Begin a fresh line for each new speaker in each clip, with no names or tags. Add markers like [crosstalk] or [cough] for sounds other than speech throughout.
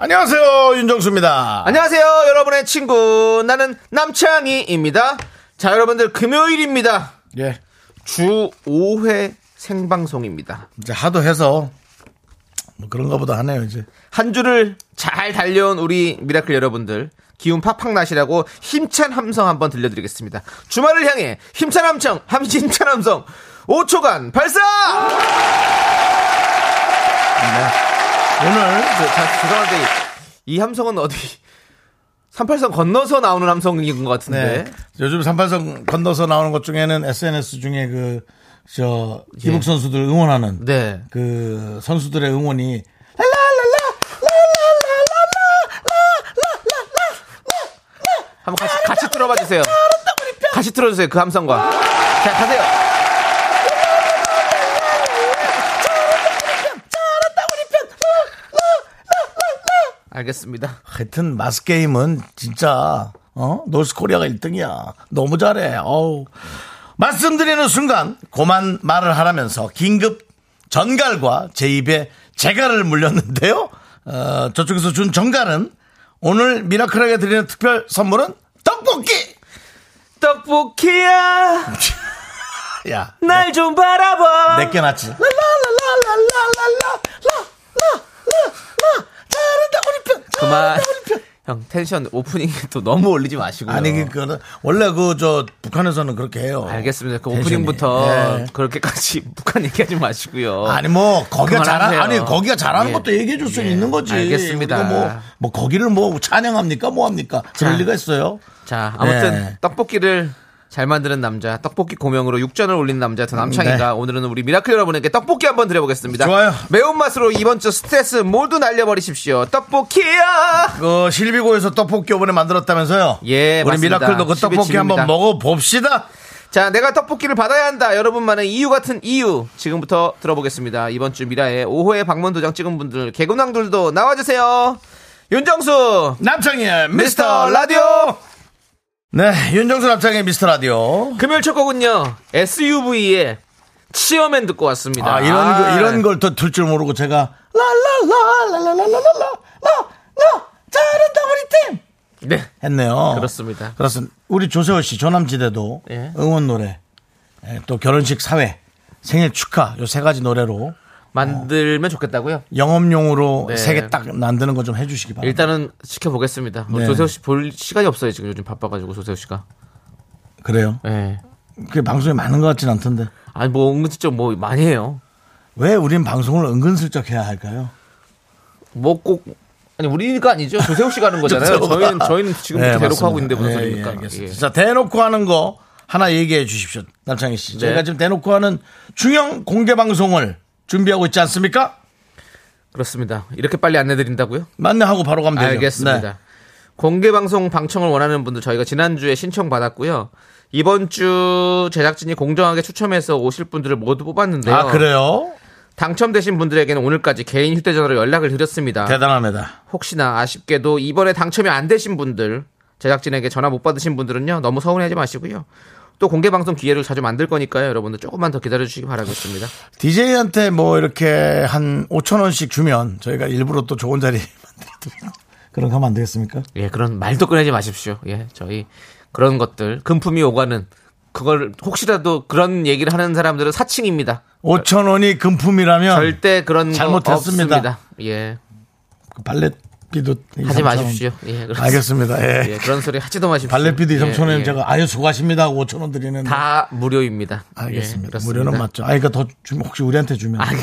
안녕하세요 윤정수입니다.
안녕하세요, 여러분의 친구. 나는 남창희입니다. 자, 여러분들, 금요일입니다.
예.
주 5회 생방송입니다.
이제 하도 해서 뭐 그런가 보다 하네요 이제.
한 주를 잘 달려온 우리 미라클 여러분들, 기운 팍팍 나시라고 힘찬 함성 한번 들려드리겠습니다. 주말을 향해 힘찬 함성, 함신찬 함성, 5초간 발사!
오늘
네. 저, 자, 죄송한데, 이 함성은 어디, 38선 건너서 나오는 함성인 것 같은데.
네. 요즘 삼팔선 건너서 나오는 것 중에는 SNS 중에 그 그저 기복
예.
선수들 응원하는
네.
그 선수들의 응원이
한번 같이 같이 들어봐 주세요. 같이 들어주세요 그 함성과. 자 가세요. 알겠습니다.
하여튼 마스 게임은 진짜 어 노스 코리아가 1등이야. 너무 잘해. 어우. 말씀드리는 순간 고만 말을 하라면서 긴급 전갈과 제 입에 제갈을 물렸는데요. 어, 저쪽에서 준 전갈은 오늘 미라클에게 드리는 특별 선물은 떡볶이.
떡볶이야
야,
날 좀 바라봐.
내게 놨지.
그만. 형 텐션 오프닝 또 너무 올리지 마시고요.
아니 그거는 원래 그 저 북한에서는 그렇게 해요.
알겠습니다. 그
텐션이.
오프닝부터
예.
그렇게까지 [laughs] 북한 얘기하지 마시고요.
아니 뭐 거기가 잘하
그만하세요.
아니 거기가 잘하는
예.
것도 얘기해 줄 수
예.
있는 거지.
알겠습니다.
우리가 뭐, 뭐 거기를 뭐 찬양합니까 뭐 합니까?
자.
그럴 리가 있어요.
자, 아무튼
네.
떡볶이를 잘 만드는 남자, 떡볶이 고명으로 육전을 올린 남자 더 남창이가
네.
오늘은 우리 미라클 여러분에게 떡볶이 한번 드려보겠습니다.
좋아요.
매운맛으로 이번 주 스트레스 모두 날려버리십시오. 떡볶이야.
그 실비고에서 떡볶이 이번에 만들었다면서요?
예,
우리
맞습니다.
미라클도 그 떡볶이
12층입니다.
한번 먹어 봅시다.
자, 내가 떡볶이를 받아야 한다. 여러분만의 이유 같은 이유 지금부터 들어보겠습니다. 이번 주 미라에 5호의 방문 도장 찍은 분들 개구낭들도 나와주세요. 윤정수
남창희의
미스터 라디오.
네, 윤정수 남창희의 미스터 라디오.
금요일 첫 곡은요 SUV의 치어맨 듣고 왔습니다.
아, 이런 거-
아.
이런 걸 더 들 줄 모르고 제가 라라라라라라라라라라 잘한다 우리 팀
네.
했네요.
그렇습니다.
그렇습니다. 우리 조세호 씨 조남지대도
예.
응원 노래, 예, 또 결혼식 사회, 생일 축하 요 세 가지 노래로
만들면 좋겠다고요.
영업용으로
네.
세 개 딱 만드는 거 좀 해주시기 바랍니다.
일단은 지켜보겠습니다. 우리
네.
조세호 씨 볼 시간이 없어요 지금 요즘 바빠가지고 조세호 씨가.
그래요.
예.
그게 방송에 많은 것 같진 않던데
아니 뭐 은근슬쩍 뭐 많이 해요.
왜 우린 방송을 은근슬쩍 해야 할까요?
뭐 꼭 아니 우리가 아니죠 조세호 씨가 하는 거잖아요.
[laughs] 조세호가.
그렇죠. 저희는 저희는 지금
네,
대놓고
맞습니다.
하고 있는데 무슨
예, 예,
소리입니까?
알겠습니다.
예.
자 대놓고 하는 거 하나 얘기해 주십시오, 남창희 씨.
네.
저희가 지금 대놓고 하는 중형 공개 방송을 준비하고 있지 않습니까?
그렇습니다. 이렇게 빨리 안내드린다고요?
만나 하고 바로 가면 되죠.
알겠습니다.
네.
공개 방송 방청을 원하는 분들 저희가 지난주에 신청 받았고요. 이번 주 제작진이 공정하게 추첨해서 오실 분들을 모두 뽑았는데요.
아 그래요?
당첨되신 분들에게는 오늘까지 개인 휴대전화로 연락을 드렸습니다.
대단합니다.
혹시나 아쉽게도 이번에 당첨이 안 되신 분들 제작진에게 전화 못 받으신 분들은요 너무 서운해하지 마시고요. 또 공개 방송 기회를 자주 만들 거니까요. 여러분들 조금만 더 기다려 주시기 바라겠습니다.
DJ한테 뭐 이렇게 한 5천 원씩 주면 저희가 일부러 또 좋은 자리 [laughs] 만들어드리는 그런 거 하면 안 되겠습니까?
예, 그런 말도 꺼내지 마십시오. 예, 저희 그런 것들 금품이 오가는 그걸 혹시라도 그런 얘기를 하는 사람들은 사칭입니다.
5천 원이 금품이라면
절대 그런 거
잘못했습니다.
없습니다. 예,
그 발렛비도 이
하지
삼천 원.
마십시오. 예, 그렇습니다.
알겠습니다. 예.
예, 그런 소리 하지도 마십시오.
발렛비도 2,
예,
3천 원이면
예.
제가 아유 수고하십니다 하고 5천 원 드리는
다 무료입니다. 예,
아, 알겠습니다.
그렇습니다. 아, 예.
무료는 맞죠. 아, 그러니까 더 주면 혹시 우리한테 주면
아니,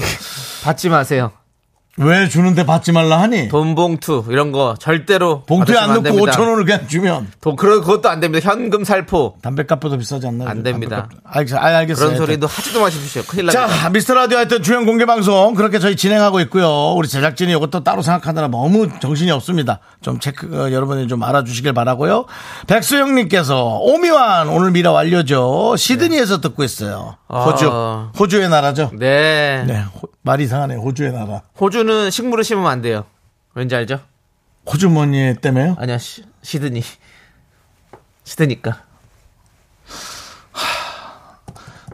받지 마세요.
왜 주는데 받지 말라 하니?
돈 봉투 이런 거 절대로
봉투에 안
받으시면
넣고
됩니다.
5천 원을 그냥 주면
돈 그런 것도 안 됩니다. 현금 살포
담배값보다 비싸지 않나요?
안 됩니다.
알겠어, 아, 알겠어요.
그런 소리도 하지도 마십시오. 큰일 납니다.
자, 미스터 라디오 하여튼 주연 공개 방송 그렇게 저희 진행하고 있고요. 우리 제작진이 이것도 따로 생각하느라 너무 정신이 없습니다. 좀 체크 어, 여러분이 좀 알아주시길 바라고요. 백수영님께서 오미완 오늘 미라 완료죠. 시드니에서 듣고 있어요.
아.
호주, 호주의 나라죠.
네.
네, 호- 말 이상하네. 호주의 나라.
호주는 식물을 심으면 안 돼요. 왠지 알죠?
호주머니 때문에요?
아니야 시, 시드니 시드니까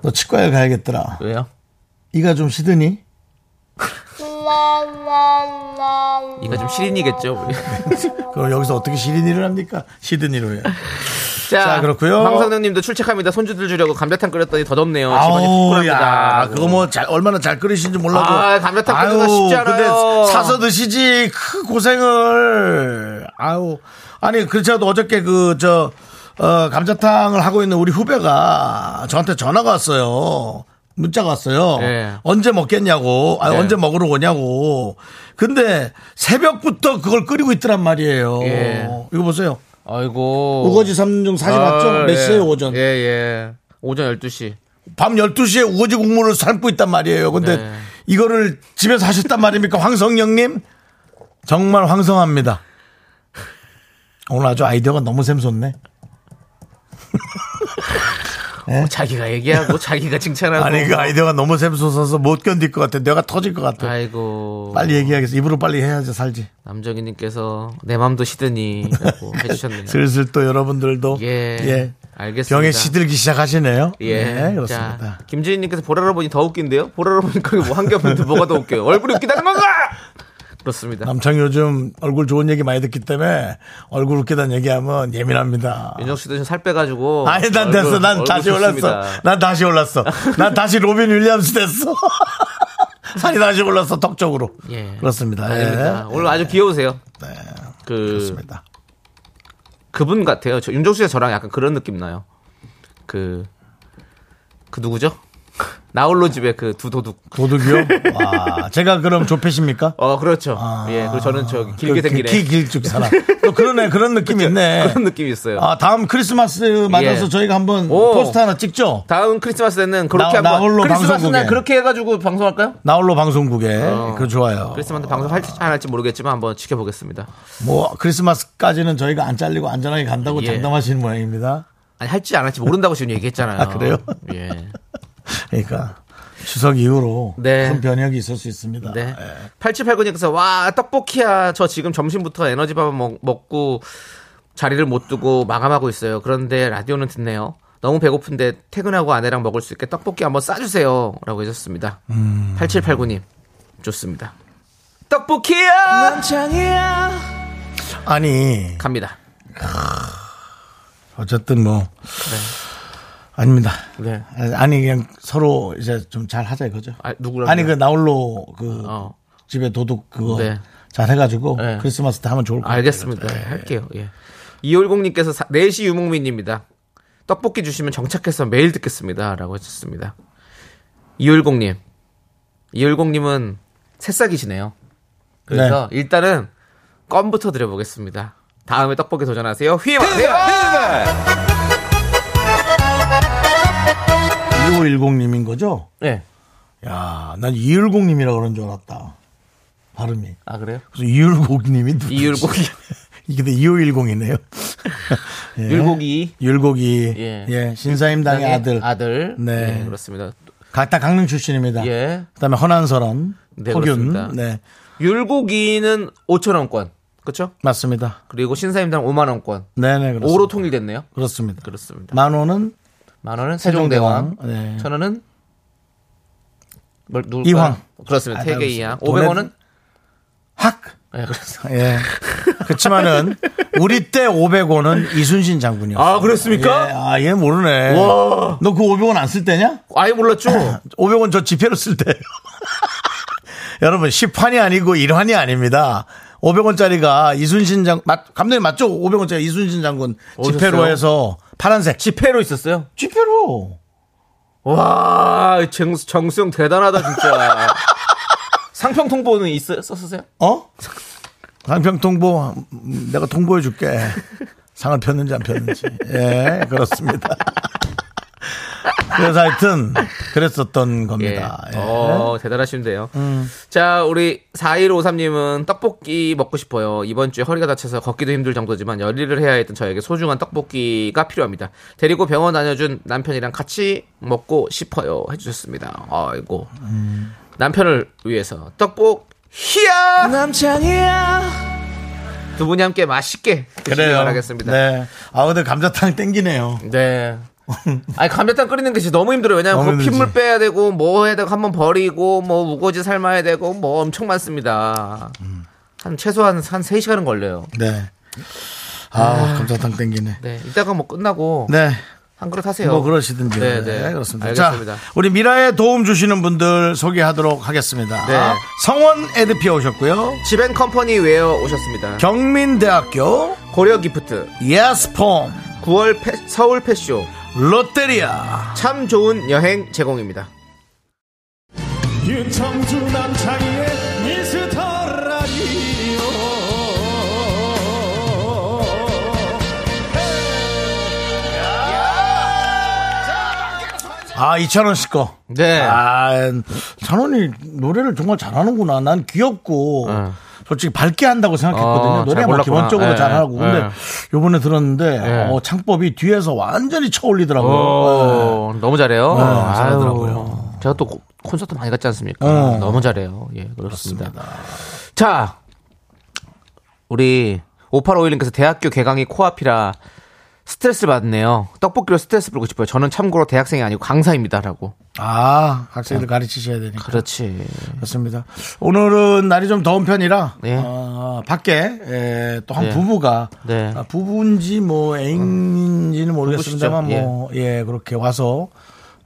너 치과에 가야겠더라.
왜요?
이가 좀 시드니?
이거 좀 시린이겠죠.
[laughs]
우리.
그럼 여기서 어떻게 시드니를 합니까? 시드니로 해요.
자,
자, 그렇고요.
황상영님도 출첵합니다. 손주들 주려고 감자탕 끓였더니 덧없네요.
아우,
집안이
야,
푸푸합니다.
그거 뭐, 잘, 얼마나 잘 끓이신지 몰라도.
아, 감자탕 끓이기가 쉽지 않아요.
근데 사서 드시지, 그 고생을. 아우. 아니, 그렇지 않아도 어저께 그, 저, 어, 감자탕을 하고 있는 우리 후배가 저한테 전화가 왔어요. 문자가 왔어요.
예.
언제 먹겠냐고, 아,
네.
언제 먹으러 오냐고. 근데 새벽부터 그걸 끓이고 있더란 말이에요.
예.
이거 보세요.
아이고.
우거지 삼중 사진 맞죠?
아,
몇
예.
시에요, 오전?
예, 예. 오전 12시.
밤 12시에 우거지 국물을 삶고 있단 말이에요. 근데
네.
이거를 집에서 하셨단 말입니까? 황성영님? 정말 황성합니다. 오늘 아주 아이디어가 너무 샘솟네.
자기가
[laughs]
얘기하고 자기가 칭찬하고.
아니, 그 아이디어가 너무 샘솟아서 못 견딜 것 같아. 내가 터질 것 같아.
아이고.
빨리 얘기하겠어. 입으로 빨리 해야지 살지.
남정희님께서 내
[laughs]
맘도 시드니라고 해주셨네요.
슬슬 또 여러분들도.
예.
예.
알겠습니다.
병에 시들기 시작하시네요.
예.
네, 그렇습니다.
자, 김지인님께서 보라로 보니 더 웃긴데요? 보라로 보니까 뭐 한개 없는데 뭐가 더 웃겨요? 얼굴이 웃기다는 건가? 그렇습니다.
남창이 요즘 얼굴 좋은 얘기 많이 듣기 때문에 얼굴 웃기다는 얘기하면 예민합니다.
윤정 씨도 지금 살 빼가지고.
아니 난
얼굴-
됐어 난
얼굴
다시
좋습니다.
올랐어 난 다시 올랐어 난 다시 로빈 윌리엄스 됐어 [laughs] 살이 다시 올랐어 덕 쪽으로
예.
그렇습니다 예.
아닙니다. 오늘 아주 귀여우세요.
네,
그
그렇습니다
그분 같아요. 저 윤정 씨가 저랑 약간 그런 느낌 나요. 그, 그 누구죠? [laughs] 나홀로 집에 그 두 도둑.
도둑이요 와 제가 그럼 조패십니까
어, 그렇죠. 예, 그리고 저는 저기 길게 생기네.
아. 길쭉 살아 또 그러네 그런 느낌 이 있네
그런 느낌이 있어요.
아 다음 크리스마스 맞아서
예.
저희가 한번
오.
포스터 하나 찍죠
다음 크리스마스 때는 그렇게
나-
한번
나홀로
크리스마스 날
방송국에.
그렇게 해가지고 방송할까요?
나홀로 방송국에
어.
그 좋아요
크리스마스 때 방송할지 안 할지 모르겠지만 한번 지켜보겠습니다.
뭐 크리스마스까지는 저희가 안 잘리고 안전하게 간다고
예.
장담하시는 모양입니다
아니 할지 안 할지 모른다고 지금 얘기했잖아요.
아, 그래요?
예.
그러니까 추석 이후로
네.
큰 변혁이 있을 수 있습니다.
네.
예.
8789님께서 와 떡볶이야 저 지금 점심부터 에너지밥 먹, 먹고 자리를 못 두고 마감하고 있어요. 그런데 라디오는 듣네요. 너무 배고픈데 퇴근하고 아내랑 먹을 수 있게 떡볶이 한번 싸주세요. 라고 해줬습니다.
음.
8789님 좋습니다. 떡볶이야
아니
갑니다.
어쨌든 뭐 아닙니다.
네.
아니 그냥 서로 이제 좀 잘 하자 이거죠.
아, 누구랑
아니 그 나홀로 그
어.
집에 도둑 그거
네.
잘 해가지고
네.
크리스마스 때 하면 좋을 것 같아요.
알겠습니다. 할게요. 예. 이올공님께서 4시 유목민입니다. 떡볶이 주시면 정착해서 매일 듣겠습니다. 라고 하셨습니다. 이올공님. 이올공님은 새싹이시네요. 그래서 일단은 껌부터 드려보겠습니다. 다음에 떡볶이 도전하세요. 휘임하세요!
1510님인 거죠?
네.
야, 난 2110님이라 그런 줄 알았다. 발음이.
아, 그래요?
그래서 2110님이 누구지? [laughs]
이올공이.
근데 2510이네요. [laughs]
예. 율곡이.
율곡이
예.
예. 신사임당의 아들.
아들.
네.
네, 그렇습니다.
각다 강릉 출신입니다.
예.
그다음에 허난설원,
네,
허균,
그렇습니다.
네
율곡이는 5천원권. 그쵸?
맞습니다.
그리고 신사임당 5만원권.
네네 그렇습니다.
5로 통일됐네요.
그렇습니다.
그렇습니다.
만호는
만 원은 세종대왕,
세종대왕, 네.
천 원은 뭘 누굴
이황.
그렇습니다.
아,
태계
알겠습니다.
이황.
돈에-
500원은
학.
예, 그렇습니다.
예. 그렇지만은 우리 때 500원은 이순신 장군이었어.
아, 그렇습니까?
예. 아, 얘 모르네.
와.
너 그 500원 안 쓸 때냐?
아예 몰랐죠.
[laughs] 500원 저 지폐로 쓸 때. [laughs] 여러분 10환이 아니고 1환이 아닙니다. 500원짜리가 이순신 장 맞, 감독님 맞죠? 500원짜리 이순신 장군 지폐로
어디였어요?
해서 파란색 지,
지폐로 있었어요.
지폐로
와, 정, 정수영 대단하다 진짜. [laughs] 상평 통보는 있어요? 썼으세요?
어? 상평 통보 음, 내가 통보해 줄게. 상을 폈는지 안 폈는지. 예, 그렇습니다. 그래서 하여튼 그랬었던
예.
겁니다. 예.
어, 대단하신데요. 자, 우리 4153님은 떡볶이 먹고 싶어요. 이번 주에 허리가 다쳐서 걷기도 힘들 정도지만 열일을 해야 했던 저에게 소중한 떡볶이가 필요합니다. 데리고 병원 다녀준 남편이랑 같이 먹고 싶어요. 해주셨습니다. 아이고. 남편을 위해서 떡볶 히야!
네.
남창이야! 두 분이 함께 맛있게 드시길 바라겠습니다. 네.
네. 아 근데 감자탕 땡기네요.
아니 감자탕 끓이는 게 진짜 너무 힘들어요. 왜냐면
너무
그 핏물
힘들지.
빼야 되고 뭐 해야 되고 한 번 버리고 뭐 우거지 삶아야 되고 뭐 엄청 많습니다. 한 최소한 한 3시간은 걸려요.
네. 아, 감자탕 땡기네.
네. 이따가 뭐 끝나고
네.
한 그릇 하세요.
뭐 그러시든지.
네,
네,
네.
그렇습니다.
알겠습니다.
자, 우리 미라에 도움 주시는 분들 소개하도록 하겠습니다.
네.
성원 에드피어 오셨고요.
지벤 컴퍼니 웨어 오셨습니다.
경민대학교
고려 기프트,
예스폼
9월 패- 서울 패쇼
롯데리아
참 좋은 여행 제공입니다.
윤정수 남창희의 미스터 라디오
아 이찬원 씨거
네.
아 찬원이 노래를 정말 잘하는구나 난 귀엽고
네.
솔직히 밝게 한다고
어,
생각했거든요
잘
노래 뭐
몰랐구나.
기본적으로
네,
잘하고
네.
근데 요번에 들었는데
네.
어, 창법이 뒤에서 완전히 쳐올리더라고요 네.
오, 너무 잘해요. 아유,
잘하더라고요.
제가 또 고- 콘서트 많이 갔지 않습니까?
어.
너무 잘해요. 예, 그렇습니다. 자, 우리 5851님께서 대학교 개강이 코앞이라 스트레스를 받네요. 떡볶이로 스트레스 풀고 싶어요. 저는 참고로 대학생이 아니고 강사입니다라고.
아 학생들 가르치셔야 되니까
그렇지.
그렇습니다. 오늘은 날이 좀 더운 편이라
네.
어, 밖에 예, 또 한
네.
부부가
네. 어,
아, 부부인지 뭐 애인인지는 모르겠습니다만
부부시죠.
뭐 예 그렇게 와서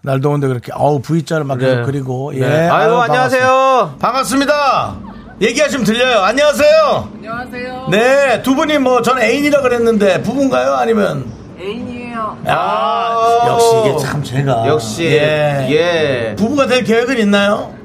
날 더운데 그렇게 아우 V자를 막
네.
계속 그리고 예
네. 아유, 안녕하세요.
반갑습니다. 얘기하시면 들려요. 안녕하세요. 안녕하세요. 네, 두 분이 뭐 저는 애인이라 그랬는데 부부인가요? 아니면
애인이에요.
아, 역시 이게 참 제가
역시
예.
예.
부부가 될 계획은 있나요?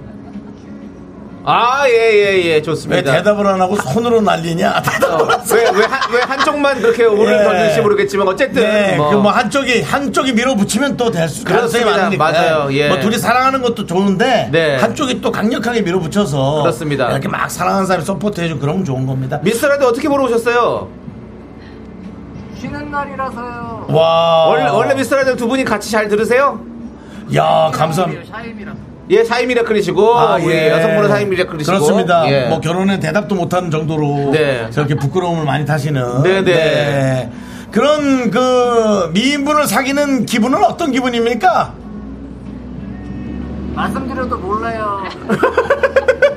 아, 예, 예, 예.
왜
좋습니다.
대답을 안 하고 손으로 날리냐? 네, [laughs] 대답을 하세요.
왜, 왜, 한- 왜 한쪽만 그렇게 오를
예.
던질지 모르겠지만 어쨌든
네,
뭐.
그 뭐 한쪽이 한쪽이 밀어붙이면 또 될 수 가능성이
그렇습니다.
많으니까.
맞아요. 예.
뭐 둘이 사랑하는 것도 좋은데
네.
한쪽이 또 강력하게 밀어붙여서
그렇습니다.
이렇게 막 사랑하는 사람이 서포트해주고 그러면 좋은 겁니다.
미스터라도 어떻게 보러 오셨어요?
쉬는 날이라서요.
와,
원래, 원래 미스터라디오 두 분이 같이 잘 들으세요?
야 감사합니다. 아, 예.
샤임이라.
예, 사인 미라클이시고 우리 여성분은 사인 미라클이시고
그렇습니다.
예.
뭐 결혼에 대답도 못하는 정도로
네.
저렇게 부끄러움을 많이 타시는.
네, 네.
그런 그 미인분을 사귀는 기분은 어떤 기분입니까?
말씀드려도 몰라요.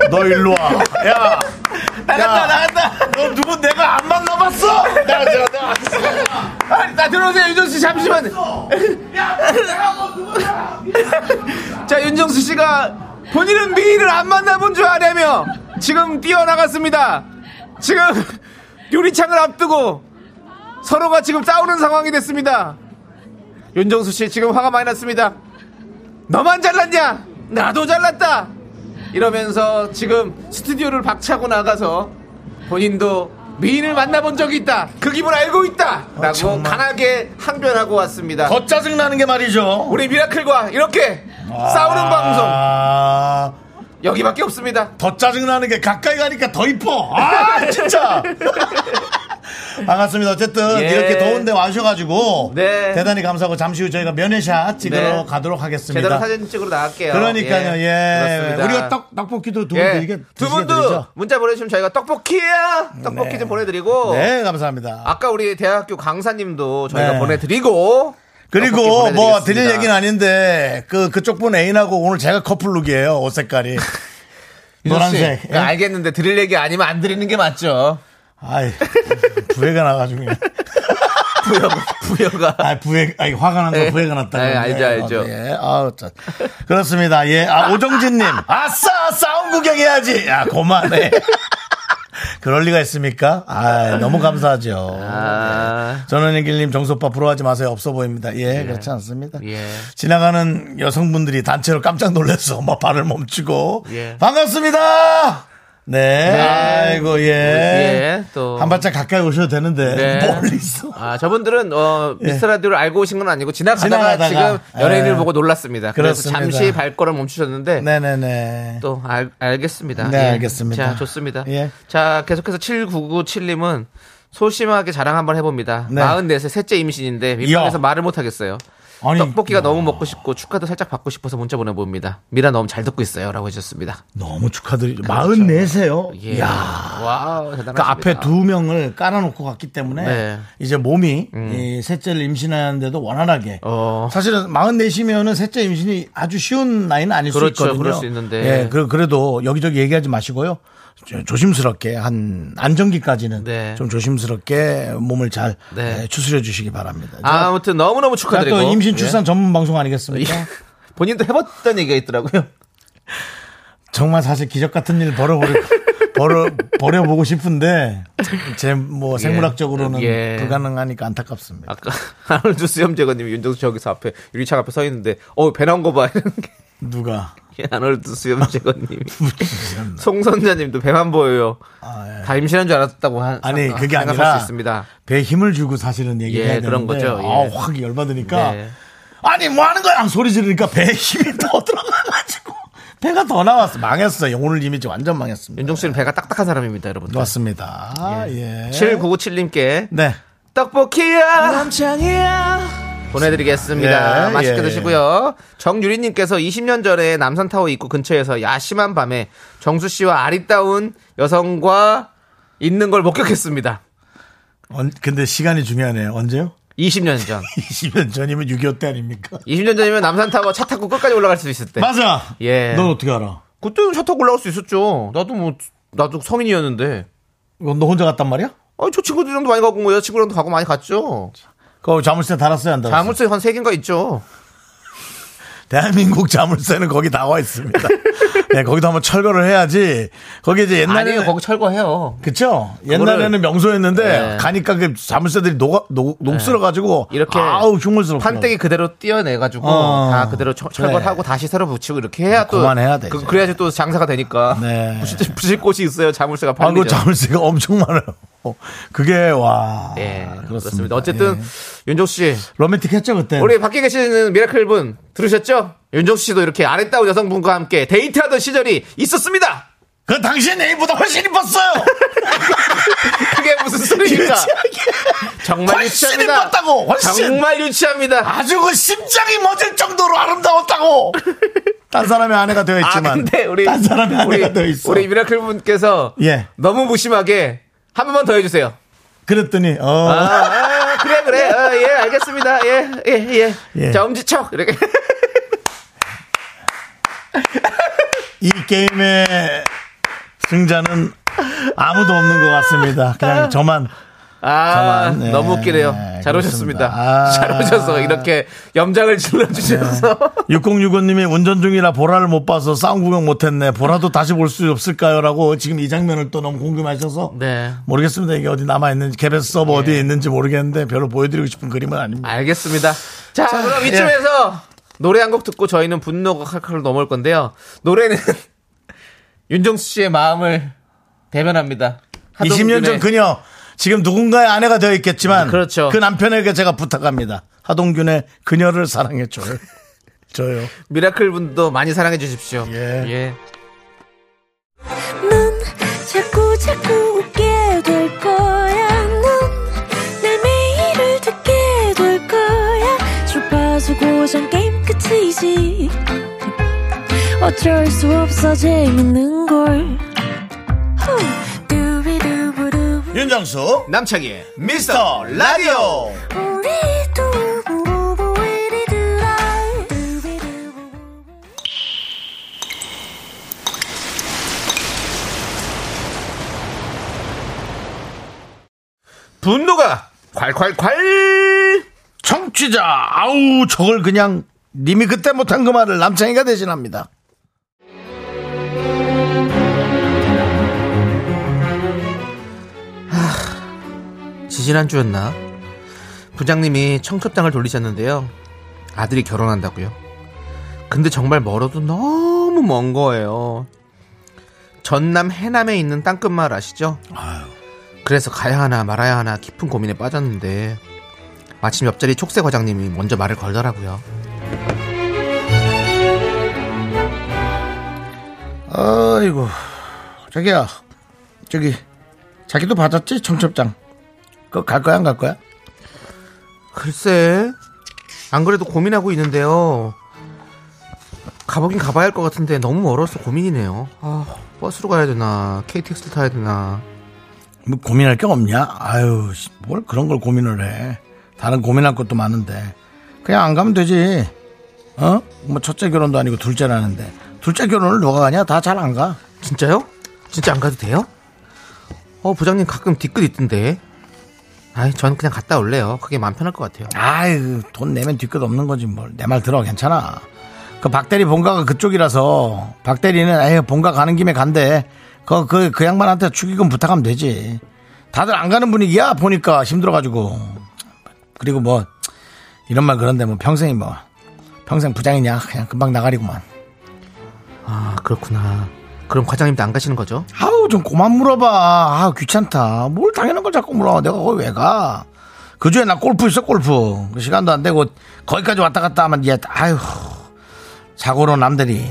너 일로 와. 야. 나갔다, 나갔다. 너 누구 내가 안 만나봤어? 나, 나, 나.
아, 나 들어오세요 윤정수 씨 잠시만 [laughs] 자 윤정수 씨가 본인은 미인을 안 만나본 줄 아냐며 지금 뛰어나갔습니다 지금 [laughs] 유리창을 앞두고 서로가 지금 싸우는 상황이 됐습니다 윤정수 씨 지금 화가 많이 났습니다 너만 잘났냐 나도 잘났다 이러면서 지금 스튜디오를 박차고 나가서 본인도 미인을 만나본 적이 있다 그 기분 알고 있다 라고
어, 정말.
강하게 항변하고 왔습니다
더 짜증나는 게 말이죠.
우리 미라클과 이렇게
아.
싸우는 방송
방송.
여기밖에 없습니다.
아, 더 짜증나는 게 가까이 가니까 더 이뻐. 아, [laughs] 진짜. 반갑습니다. 어쨌든
예.
이렇게 더운데 와셔가지고
네.
대단히 감사하고 잠시 후 저희가 면회샷 찍으러
네.
가도록 하겠습니다.
제대로 사진 찍으러 나갈게요.
그러니까요, 예.
그렇습니다.
우리가 떡, 떡볶이도 두 분도
예.
이게
두
드시게
분도
드리죠.
문자 보내주시면 저희가 떡볶이야 떡볶이
네.
좀 보내드리고
네, 감사합니다.
아까 우리 대학교 강사님도 저희가
네.
보내드리고
그리고 뭐
떡볶이 보내드리겠습니다.
드릴 얘기는 아닌데 그 그쪽 분 애인하고 오늘 제가 커플룩이에요 옷
[laughs]
색깔이 노란색. 예.
네, 알겠는데 드릴 얘기 아니면 안 드리는 게 맞죠. [laughs]
아이 부해가 나가지고.
부여가
아 부해 아니 화가 난 거
예.
부해가 났다.
예, 알죠, 알죠.
예, 아우 자. 그렇습니다. 예, 아 오정진님 아싸 싸움 구경해야지. 야 고만해. 그럴 리가 있습니까? 아 너무 감사하죠.
아, 아.
전원일길님 정소빠 부러워하지 마세요. 없어 보입니다. 예, 그렇지 않습니다.
예.
지나가는 여성분들이 단체로 깜짝 놀라서 막 발을 멈추고
예.
반갑습니다. 네, 아이고 예.
예, 또.
한 발짝 가까이 오셔도 되는데
네.
멀리서.
아, 저분들은 어, 미스터 라디오를 알고 오신 건 아니고 지나가다가,
예. 지나가다가.
지금 연예인을
예.
보고 놀랐습니다. 그래서
그렇습니다. 네.
잠시 발걸음 멈추셨는데
네네네.
또 알, 알겠습니다. 예.
네, 알겠습니다.
자, 좋습니다.
예.
자, 계속해서 7997님은 소심하게 자랑 한번 해봅니다.
네.
44세 셋째 임신인데 민망해서
이야.
말을 못하겠어요.
아니,
떡볶이가 너무 먹고 싶고 축하도 살짝 받고 싶어서 문자 보내봅니다. 미라 너무 잘 듣고 있어요라고 해주셨습니다.
너무 축하드리죠. 44세요.
그렇죠. 예.
야.
와우 대단하십니다.
그 앞에 두 명을 깔아놓고 갔기 때문에
네. 음.
이제 몸이 이 셋째를 임신하는데도 원활하게
어.
사실은 44시면은 셋째 임신이 아주 쉬운 나이는 아닐
그렇죠.
수 있거든요.
그럴 수 있는데.
예, 그, 그래도 여기저기 얘기하지 마시고요. 저- 조심스럽게 한 안정기까지는
네.
좀 조심스럽게 몸을 잘
네.
예, 추스려 주시기 바랍니다.
아, 아무튼 너무너무
자, 자,
축하드리고
또 임신
예.
출산 전문 방송 아니겠습니까?
본인도 해봤던 얘기가 있더라고요.
정말 사실 기적 같은 일 벌어버려 [laughs] 벌어 버려보고 싶은데 제 뭐 생물학적으로는
예.
불가능하니까 안타깝습니다.
아까 [laughs] 아놀드 수염제거님이 윤정수 저기서 앞에 유리창 앞에 서 있는데 어배 나온 거 봐. 이런
누가
게 [laughs] 아놀드 수염제거님이
[laughs]
송선자님도 배만 보여요.
아, 예.
다 임신한 줄 알았다고 한
아니
아,
그게
생각할
아니라
수 있습니다.
배에 힘을 주고 사실은 얘기해야
예,
되는데
그런 거죠. 예.
아, 확 열받으니까
네.
아니 뭐 하는 거야 소리 지르니까 배에 힘이 더 [laughs] 들어가가지고 배가 더 나왔어 망했어 오늘 이미지 완전 망했습니다.
윤정 씨는 배가 딱딱한 사람입니다, 여러분.
맞습니다. 예.
7997님께
네.
떡볶이야 보내드리겠습니다.
예,
맛있게
예.
드시고요. 정유리님께서 20년 전에 남산타워 입구 근처에서 야심한 밤에 정수 씨와 아리따운 여성과 있는 걸 목격했습니다.
언- 근데 시간이 중요하네요. 언제요?
20년
[laughs]
전.
20년 전이면 6.25 때 아닙니까?
20년 전이면 남산타워 차 타고 끝까지 올라갈 수 있을 때.
맞아.
네. 예.
넌 어떻게 알아?
그때는 차 타고 올라갈 수 있었죠. 나도 뭐 나도 성인이었는데.
그건 너 혼자 갔단 말이야?
아, 저 친구들이랑도 많이 가고 뭐 여자친구랑도 가고 많이 갔죠.
그거 자물쇠 달았어요, 안 달았어요?
자물쇠 한 세 개인가 있죠.
대한민국 자물쇠는 거기 나와
[laughs]
있습니다. 네, 거기도 한번 철거를 해야지. 거기 이제 옛날에
아니에요. 거기 철거해요.
그쵸?
그거를-
옛날에는 명소였는데
네.
가니까 그 자물쇠들이 녹아, 녹, 녹슬어가지고
이렇게
아우 흉물스럽고
판때기 그대로 띄어내가지고
어.
다 그대로 철- 철거하고 다시 새로 붙이고 이렇게 해야 또
그만해야 돼, 이제.
그, 래야지또 장사가 되니까
네.
부실, 부실 곳이 있어요 자물쇠가
아, 그
팔리죠.
자물쇠가 엄청 많아요. 어, 그게 와
예,
아, 그렇습니다. 예.
그렇습니다. 어쨌든 윤종 씨
로맨틱했죠 그때.
우리 밖에 계시는 미라클 분 들으셨죠? 윤종 씨도 이렇게 아름다운 여성분과 함께 데이트하던 시절이 있었습니다.
그 당신 애인보다 훨씬
[laughs]
이뻤어요.
그게 무슨
[laughs]
소리입니까? 그러니까. 정말
훨씬
유치합니다.
이뻤다고, 훨씬.
정말 유치합니다.
아주 그 심장이 멎을 정도로 아름다웠다고. 딴 사람의 아내가 되어
아
있지만.
근데 우리
딴 사람의 아내가
우리,
되어 있어.
우리 미라클 분께서
예.
너무 무심하게 한 번만 더 해주세요.
그랬더니 어.
아, 아, 그래 그래 어, 예 알겠습니다 예 예 예
예.
자 엄지척
[laughs]
이렇게
이 게임의 승자는 아무도 없는 것 같습니다. 그냥 저만.
아
가만, 예,
너무 웃기네요
예,
잘 오셨습니다
그렇습니다. 아.
잘 오셔서 이렇게 염장을 질러 주셔서
예. 6065님이 운전 중이라 보라를 못 봐서 싸움 구경 못했네. 보라도 다시 볼 수 없을까요? 라고 지금 이 장면을 또 너무 궁금하셔서.
[laughs] 네 예.
모르겠습니다. 이게 어디 남아있는지, 개별 서버 어디에 있는지 모르겠는데 별로 보여드리고 싶은 그림은 아닙니다.
알겠습니다 자,
예.
그럼 이쯤에서 노래 한 곡 듣고 저희는 분노가 칼칼 넘어올 건데요 노래는 [laughs] 윤정수 씨의 마음을 대변합니다 하동균의
20년 전 그녀, 지금 누군가의 아내가 되어 있겠지만.
그렇죠.
그 남편에게 제가 부탁합니다. 하동균의 그녀를 사랑해줘요. [laughs] 저요.
미라클 분도 많이 사랑해 주십시오
예.
예.
넌 자꾸 자꾸 웃게 될 거야. 넌내 매일을 듣게 될 거야. 주파수 고정 게임 끝이지. 어쩔 수 없어 재밌는 걸. 후. 두비두부두부.
윤정수,
남창희의
미스터 라디오.
우리 두부부부 우리 두라. 두비두부부.
분노가 콸콸콸
청취자 아우 저걸 그냥 님이 그때 못한 그 말을 남창이가 대신합니다.
지지난주였나? 부장님이 청첩장을 돌리셨는데요. 아들이 결혼한다고요. 근데 정말 멀어도 너무 먼 거예요. 전남 해남에 있는 땅끝 마을 아시죠? 그래서 가야 하나 말아야 하나 깊은 고민에 빠졌는데 마침 옆자리 촉새 과장님이 먼저 말을 걸더라고요.
아이고 자기야 저기 자기도 받았지 청첩장 그거 갈 거야 안 갈 거야
글쎄 안 그래도 고민하고 있는데요 가보긴 가봐야 할 것 같은데 너무 멀어서 고민이네요 아 버스로 가야 되나 KTX를 타야 되나
뭐 고민할 게 없냐 아유 씨, 뭘 그런 걸 고민을 해 다른 고민할 것도 많은데 그냥 안 가면 되지 어 뭐 첫째 결혼도 아니고 둘째라는데 둘째 결혼을 누가 가냐 다 잘 안 가
진짜요? 진짜 안 가도 돼요? 어 부장님 가끔 뒤끝 있던데 아이 저는 그냥 갔다 올래요 그게 마음 편할 것 같아요
아유 돈 내면 뒤끝 없는 거지 뭘 내 말 들어 괜찮아 그 박 대리 본가가 그쪽이라서 박 대리는 에휴 본가 가는 김에 간대 그 그 그 양반한테 축의금 부탁하면 되지 다들 안 가는 분위기야 보니까 힘들어가지고 그리고 뭐 이런 말 그런데 뭐 평생이 뭐 평생 부장이냐 그냥 금방 나가리구만
아 그렇구나 그럼 과장님도 안 가시는 거죠?
아우 좀 그만 물어봐 아 귀찮다 뭘 당연한 걸 자꾸 물어봐 내가 거기 왜가 그주에 나 골프 있어 골프 그 시간도 안 되고 거기까지 왔다 갔다 하면 얘 아휴 자고로 남들이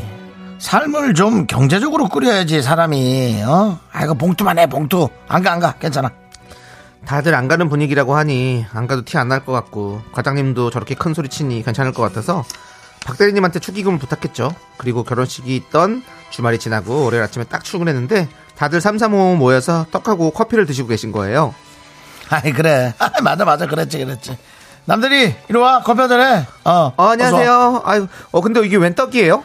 삶을 좀 경제적으로 꾸려야지 사람이 어 아이고 봉투만 해 봉투 안 가 안 가 괜찮아 [laughs]
다들 안 가는 분위기라고 하니 안 가도 티 안 날 것 같고 과장님도 저렇게 큰 소리 치니 괜찮을 것 같아서 박 대리님한테 축의금을 부탁했죠. 그리고 결혼식이 있던 주말이 지나고 월요일 아침에 딱 출근했는데 다들 삼삼오오 모여서 떡하고 커피를 드시고 계신 거예요.
아이 그래 [laughs] 아, 맞아 맞아 그랬지 그랬지 남들이 이리 와 커피 한잔 해어
어, 안녕하세요. 아유, 어 근데 이게 웬 떡이에요?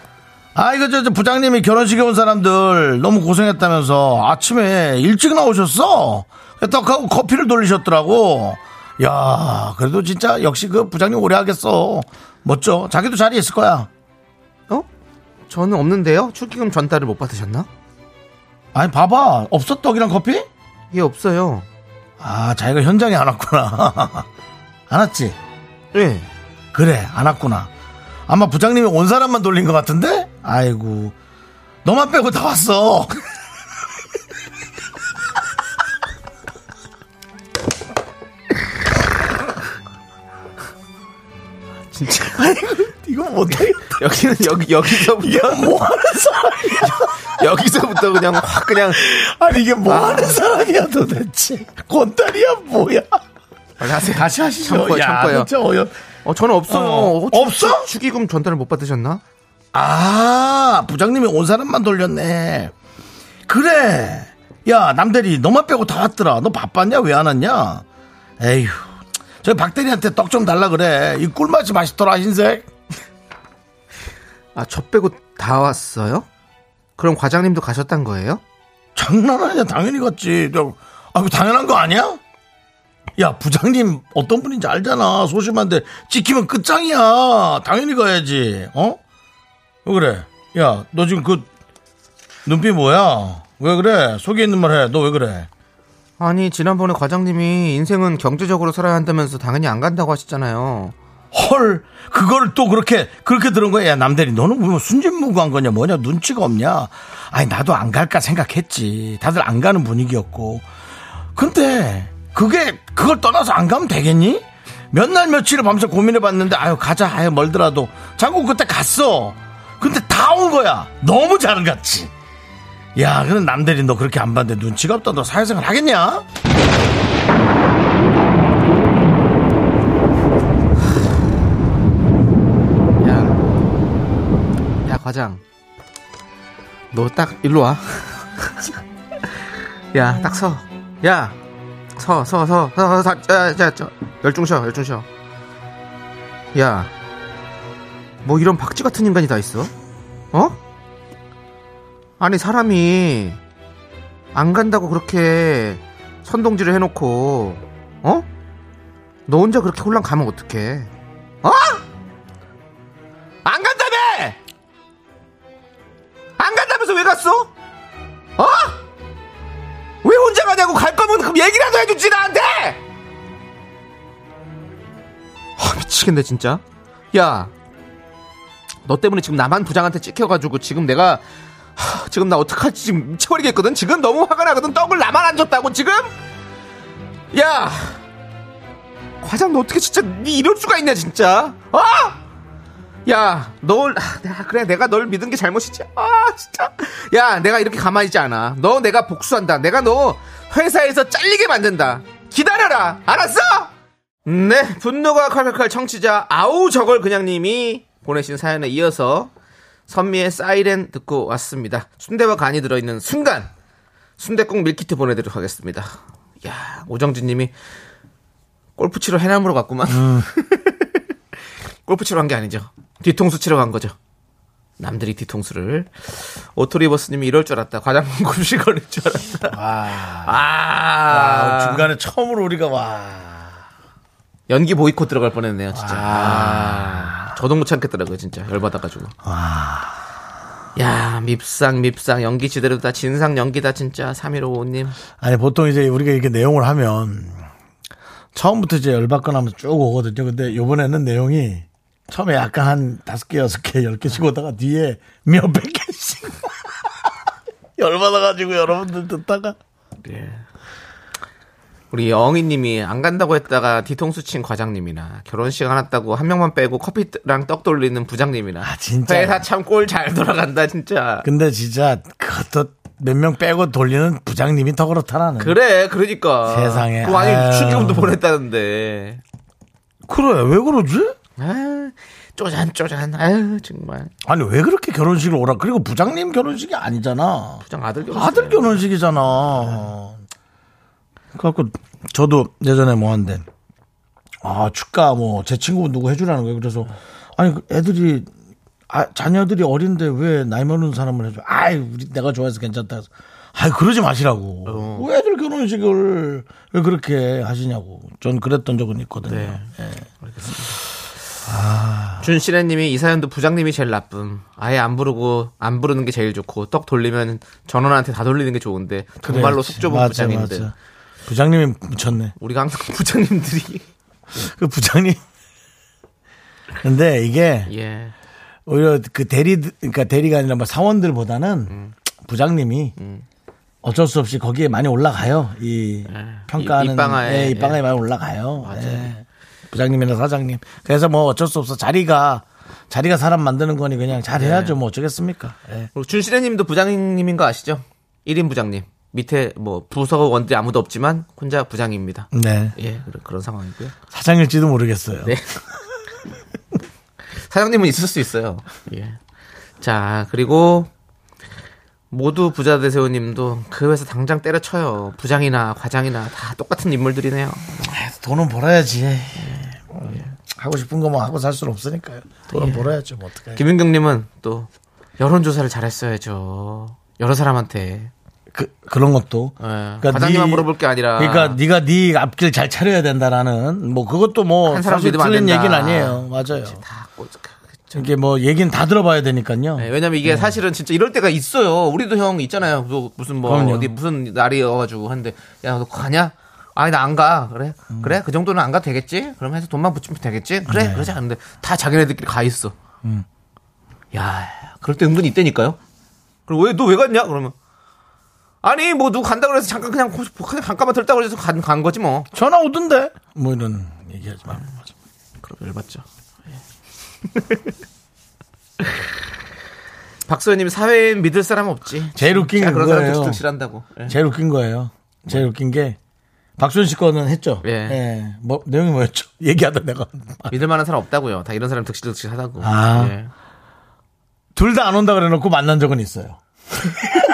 아, 이거 저, 저 부장님이 결혼식에 온 사람들 너무 고생했다면서 아침에 일찍 나오셨어? 떡하고 커피를 돌리셨더라고. 야, 그래도 진짜 역시 그 부장님 오래 하겠어. 멋져. 자기도 자리에 있을 거야.
어? 저는 없는데요. 축의금 전달을 못 받으셨나?
아니, 봐봐. 없어, 떡이랑 커피?
예, 없어요.
아, 자기가 현장에 안 왔구나. [laughs] 안 왔지?
예.
그래, 안 왔구나. 아마 부장님이 온 사람만 돌린 것 같은데? 아이고. 너만 빼고 다 [laughs] 왔어.
진짜
이거 못하겠다.
[laughs] 여기는 여기 [laughs] 여기서부터
뭐 하는 사람이야.
여기서부터 그냥 확 그냥
아니 이게 뭐 하는 사람이야 도대체 권다리야 뭐야
빨리 하세요.
다시 하시죠
참고요,
야,
참고요.
진짜 어여...
어, 저는 없어요.
어,
어,
없어?
축- 축의금 전달을 못 받으셨나?
아 부장님이 온 사람만 돌렸네 그래 야 남대리 너만 빼고 다 왔더라 너 바빴냐 왜 안 왔냐 에휴 저희 박대리한테 떡 좀 달라 그래 이 꿀맛이 맛있더라 흰색
아, 저 빼고 다 왔어요? 그럼 과장님도 가셨단 거예요?
장난 아니야 당연히 갔지 너, 아 이거 당연한 거 아니야? 야 부장님 어떤 분인지 알잖아 소심한데 찍히면 끝장이야 당연히 가야지 어? 왜 그래 야 너 지금 그 눈빛 뭐야 왜 그래 속에 있는 말 해 너 왜 그래
아니, 지난번에 과장님이 인생은 경제적으로 살아야 한다면서 당연히 안 간다고 하셨잖아요.
헐 그거를 또 그렇게 그렇게 들은 거야 야 남대리 너는 뭐 순진무구한 거냐 뭐냐 눈치가 없냐 아니 나도 안 갈까 생각했지 다들 안 가는 분위기였고 근데 그게 그걸 떠나서 안 가면 되겠니? 몇 날 며칠을 밤새 고민해봤는데 아유 가자 아유 멀더라도 자꾸 그때 갔어 근데 다 온 거야 너무 잘 갔지 야 그럼 남대리 너 그렇게 안 봤는데 눈치가 없다 너 사회생활 하겠냐?
야. 야, 과장. 너 딱 일로 와. [laughs] 야, 딱 서. 야. 서, 서, 서. 서, 서, 서. 자, 자, 자. 열중 쉬어, 열중 쉬어. 야. 뭐 이런 박쥐 같은 인간이 다 있어? 어? 아니, 사람이 안 간다고 그렇게 선동질을 해 놓고 어? 너 혼자 그렇게 혼란 가면 어떡해? 어? 안 간다며! 안 간다면서 왜 갔어? 어? 왜 혼자 가냐고 갈 거면 그럼 얘기라도 해주지 나한테! 미치겠네 진짜. 야, 너 때문에 지금 나만 부장한테 찍혀가지고 지금 내가 하, 지금 나 어떡하지 지금 미쳐버리겠거든. 지금 너무 화가 나거든. 떡을 나만 안 줬다고 지금. 야, 과장 너 어떻게 진짜 니 이럴 수가 있냐 진짜. 어? 야, 널 아, 내가- 그래 내가 널 믿은 게 잘못이지. 아 진짜. 야, 내가 이렇게 가만히 있지 않아. 너 내가 복수한다. 내가 너 회사에서 잘리게 만든다. 기다려라. 알았어? 네, 분노가 칼칼칼 청취자 아우 저걸 그냥님이 보내신 사연에 이어서 선미의 사이렌 듣고 왔습니다. 순대와 간이 들어있는 순간 순대국 밀키트 보내드리도록 하겠습니다. 야, 오정진님이 골프 치러 해남으로 갔구만.
음.
[laughs] 골프 치러 간 게 아니죠. 뒤통수 치러 간 거죠. 남들이 뒤통수를. 오토리버스님이 이럴 줄 알았다. 과장님 [laughs] 굽시 거릴 줄 알았다. 아.
아, 중간에 처음으로 우리가 와.
연기 보이콧 들어갈 뻔했네요, 진짜. 아. 저도 못 참겠더라고요, 진짜. 열받아가지고. 야, 밉상, 밉상. 연기 지대로 다 진상 연기다, 진짜. 3155님.
아니 보통 이제 우리가 이렇게 내용을 하면 처음부터 이제 열받거나 하면서 쭉 오거든요. 근데 요번에는 내용이 처음에 약간 한 다섯 개, 여섯 개, 열 개씩 오다가 뒤에 몇백 개씩 [laughs] 열받아가지고 여러분들 듣다가 예.
우리 영희님이 안 간다고 했다가 뒤통수 친 과장님이나 결혼식 안 왔다고 한 명만 빼고 커피랑 떡 돌리는 부장님이나
아, 진짜. 그
회사 참 꼴 잘 돌아간다 진짜
근데 진짜 그것도 몇 명 빼고 돌리는 부장님이 더 그렇다라는.
그래 그러니까
세상에.
그거 아니
아유.
축의금도 보냈다는데
그래 왜 그러지?
아 쪼잔 쪼잔 아유 정말
아니 왜 그렇게 결혼식을 오라? 그리고 부장님 결혼식이 아니잖아.
부장 아들 결혼
아들 결혼식이잖아. 그래갖고 저도 예전에 뭐 한데 아 축가 뭐 제 친구분 누구 해주라는 거예요. 그래서 아니 그 애들이 아, 자녀들이 어린데 왜 나이 먹는 사람을 해줘? 아이 우리 내가 좋아해서 괜찮다. 해서. 아이 그러지 마시라고.
어.
왜 애들 결혼식을 왜 그렇게 하시냐고. 전 그랬던 적은 있거든요.
네.
예.
준신혜님이 이 사연도 부장님이 제일 나쁨. 아예 안 부르고 안 부르는 게 제일 좋고 떡 돌리면 전원한테 다 돌리는 게 좋은데 정말로
그래야지.
속 좁은
네. 맞아,
부장인데
맞아. 부장님이 묻혔네.
우리가 항상 [laughs] 부장님들이
그 부장님. [laughs] 근데 이게
예
오히려 그 대리 그러니까 대리가 아니라 뭐 사원들보다는
음.
부장님이 어쩔 수 없이 거기에 많이 올라가요. 이 평가하는
예. 이- 입방아에.
예, 입방아에
예.
많이 올라가요. 예. 부장님이나 사장님. 그래서 뭐 어쩔 수 없어 자리가 자리가 사람 만드는 거니 그냥 잘
네.
해야죠. 뭐 어쩌겠습니까? 예.
그리고 준신혜님도 부장님인 거 아시죠? 1인 부장님 밑에 뭐 부서원들이 아무도 없지만 혼자 부장입니다.
네.
예 그런, 그런 상황이고요.
사장일지도 모르겠어요.
네. 사장님은 있을 수 있어요. 예. 자, 그리고 모두 부자 대세호 님도 그 회사 당장 때려쳐요. 부장이나 과장이나 다 똑같은 인물들이네요.
예, 돈은 벌어야지.
예.
예. 하고 싶은 거만 뭐 하고 살 수는 없으니까요.
예.
돈은 벌어야죠. 뭐 어떡해.
김윤경 님은 또 여론조사를 잘했어야죠. 여러 사람한테.
그, 그런 것도.
예.
네
과장님만 물어볼 게 아니라.
그러니까 네가 네 앞길 잘 차려야 된다라는 뭐 그것도 뭐
한 사람
사실
믿으면 안
틀린
된다.
얘기는 아니에요. 맞아요.
다 꼬-
이게 뭐 얘기는 다 들어봐야 되니까요.
네, 왜냐면 이게 사실은 진짜 이럴 때가 있어요. 우리도 형 있잖아요. 뭐 무슨 뭐
그럼요.
어디 무슨 날이어가지고 한데 야 너 가냐? 아니 나 안 가. 그래
음.
그래 그 정도는 안 가도 되겠지. 그럼 해서 돈만 붙이면 되겠지.
네.
그래 그러지 않는데 다 자기네들끼리 가 있어.
음.
야 그럴 때 은근히 있다니까요. 그리고 왜 너 왜 갔냐? 그러면 아니 뭐 누구 간다 그래서 잠깐 그냥 혹시 그냥 잠깐만 들다 그래서 간, 간 거지 뭐.
전화 오던데 뭐 이런 얘기하지 말고.
그럼 열받죠. 예. [laughs] 박소연님 사회엔 믿을 사람 없지.
제일 웃긴 게
자, 그런 사람
그거예요.
득실득실 한다고. 예.
제일 웃긴 거예요. 제일 웃긴 게 박준 씨 거는 했죠.
예.
뭐 내용이 뭐였죠? [laughs] 얘기하다 내가
믿을 만한 사람 없다고요. 다 이런 사람 득실득실 하다고.
아.
예.
둘 다 안 온다 그래놓고 만난 적은 있어요. [laughs]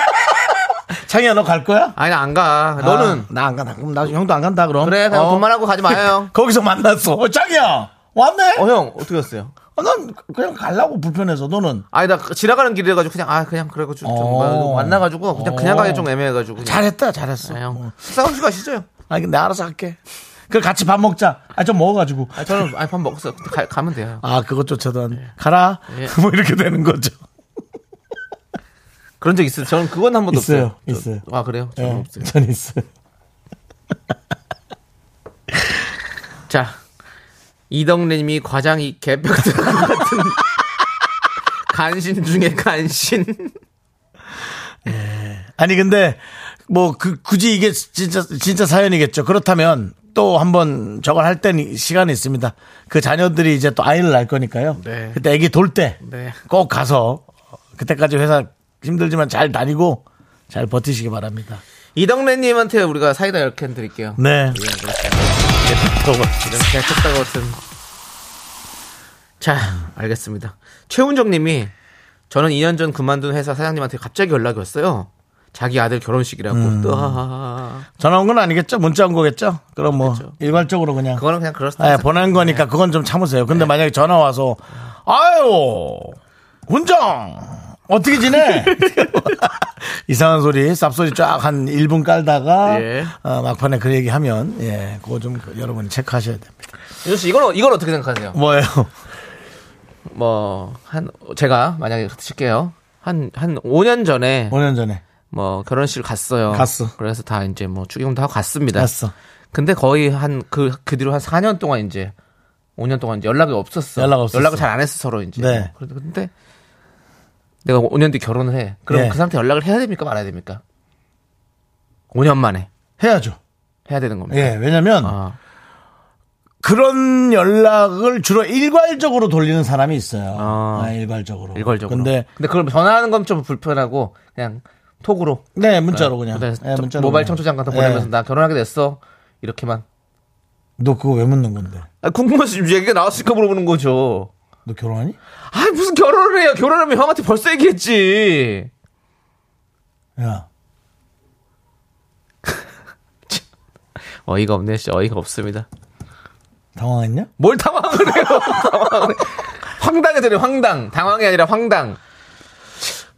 창이야 너 갈 거야? 아,
아니 나 안 가. 너는
나 안 간다. 그럼 나 형도 안 간다 그럼.
그래 그냥
어.
돈만 하고 가지 마요.
거기서 만났어. 어, 짱이야! 왔네?
어 형 어떻게 됐어요?
어, 난 그냥 가려고 불편해서 너는
아니 나 지나가는 길이라 가지고 그냥 아 그냥 그래가지고 좀
어.
뭐 만나가지고 그냥 그냥
어.
가기 좀 애매해가지고 그냥.
잘했다, 잘했어.
아,
어.
형 싸우지 마시죠.
아니, 근데 알아서 할게. 그 같이 밥 먹자. 아, 좀 먹어가지고.
아, 저는 아니 밥 먹었어. 가, 가면 돼요.
아, 그것조차도 안. 가라.
예.
[laughs] 뭐 이렇게 되는 거죠.
그런 적 있어요. 저는 그건 한 번도
있어요,
없어요. 저-
있어요.
아 그래요? 저는
예,
없어요.
전 있어요.
자, 이덕래님이 과장이 개벽들 같은 [laughs] 간신 중에 간신.
아니 근데 뭐 그 굳이 이게 진짜 진짜 사연이겠죠. 그렇다면 또 한번 저걸 할 때는 시간이 있습니다. 그 자녀들이 이제 또 아이를 낳을 거니까요.
네.
그때 아기 돌 때 꼭
네.
가서 그때까지 회사 힘들지만 잘 다니고 잘 버티시기 바랍니다.
이덕래님한테 우리가 사이다 10캔 드릴게요.
네.
이렇게 했다고 같은. 자, 알겠습니다. 최훈정 님이 저는 2년 전 그만둔 회사 사장님한테 갑자기 연락이 왔어요. 자기 아들 결혼식이라고. 뜨하하하.
전화 온 건 아니겠죠? 문자 온 거겠죠? 그럼 뭐 일괄적으로 그냥
그거는 그냥 그럴 수도
예,
있어요.
보낸 거니까 그건 좀 참으세요. 근데 만약에 전화 와서 아유 훈정 어떻게 [laughs] 지내? 이상한 소리 쌉소리 쫙 한 1분 깔다가
예.
어, 막판에 그 얘기하면 예 그거 좀 여러분 체크하셔야 됩니다.
윤씨 이걸 이걸 어떻게 생각하세요?
뭐예요?
뭐 한 제가 만약에 드실게요. 한 한 5년 전에
5년 전에
뭐 결혼식을 갔어요.
갔어.
그래서 다 이제 뭐 축의금도 하고 갔습니다.
갔어.
근데 거의 한 그 그 뒤로 한 4년 동안 이제 5년 동안 이제 연락이 없었어.
연락 없었어.
연락을 잘 안 했어 서로 이제.
네.
그런데 근데 내가 5년 뒤 결혼을 해. 그럼
네.
그 상태 연락을 해야 됩니까 말아야 됩니까? 5년 만에
해야죠.
해야 되는 겁니다.
예 왜냐면
아,
그런 연락을 주로 일괄적으로 돌리는 사람이 있어요.
아.
아, 일괄적으로.
일괄적으로.
근데
근데 그걸 전화하는 건 좀 불편하고 그냥 톡으로
네 문자로 그냥
그다음에
예, 문자로
모바일
그냥.
청소장 같은 거
예.
보내면서 나 결혼하게 됐어. 이렇게만.
너 그거 왜 묻는 건데?
아, 궁금해서 지금 얘기가 나왔으니까 물어보는 거죠.
너 결혼하니?
아 무슨 결혼을 해요? 결혼하면 형한테 벌써 얘기했지.
야
어이가 없네, 진짜 어이가 없습니다.
당황했냐?
뭘 당황을 해요? [laughs] 당황을 해. 황당해져요, 황당. 당황이 아니라 황당.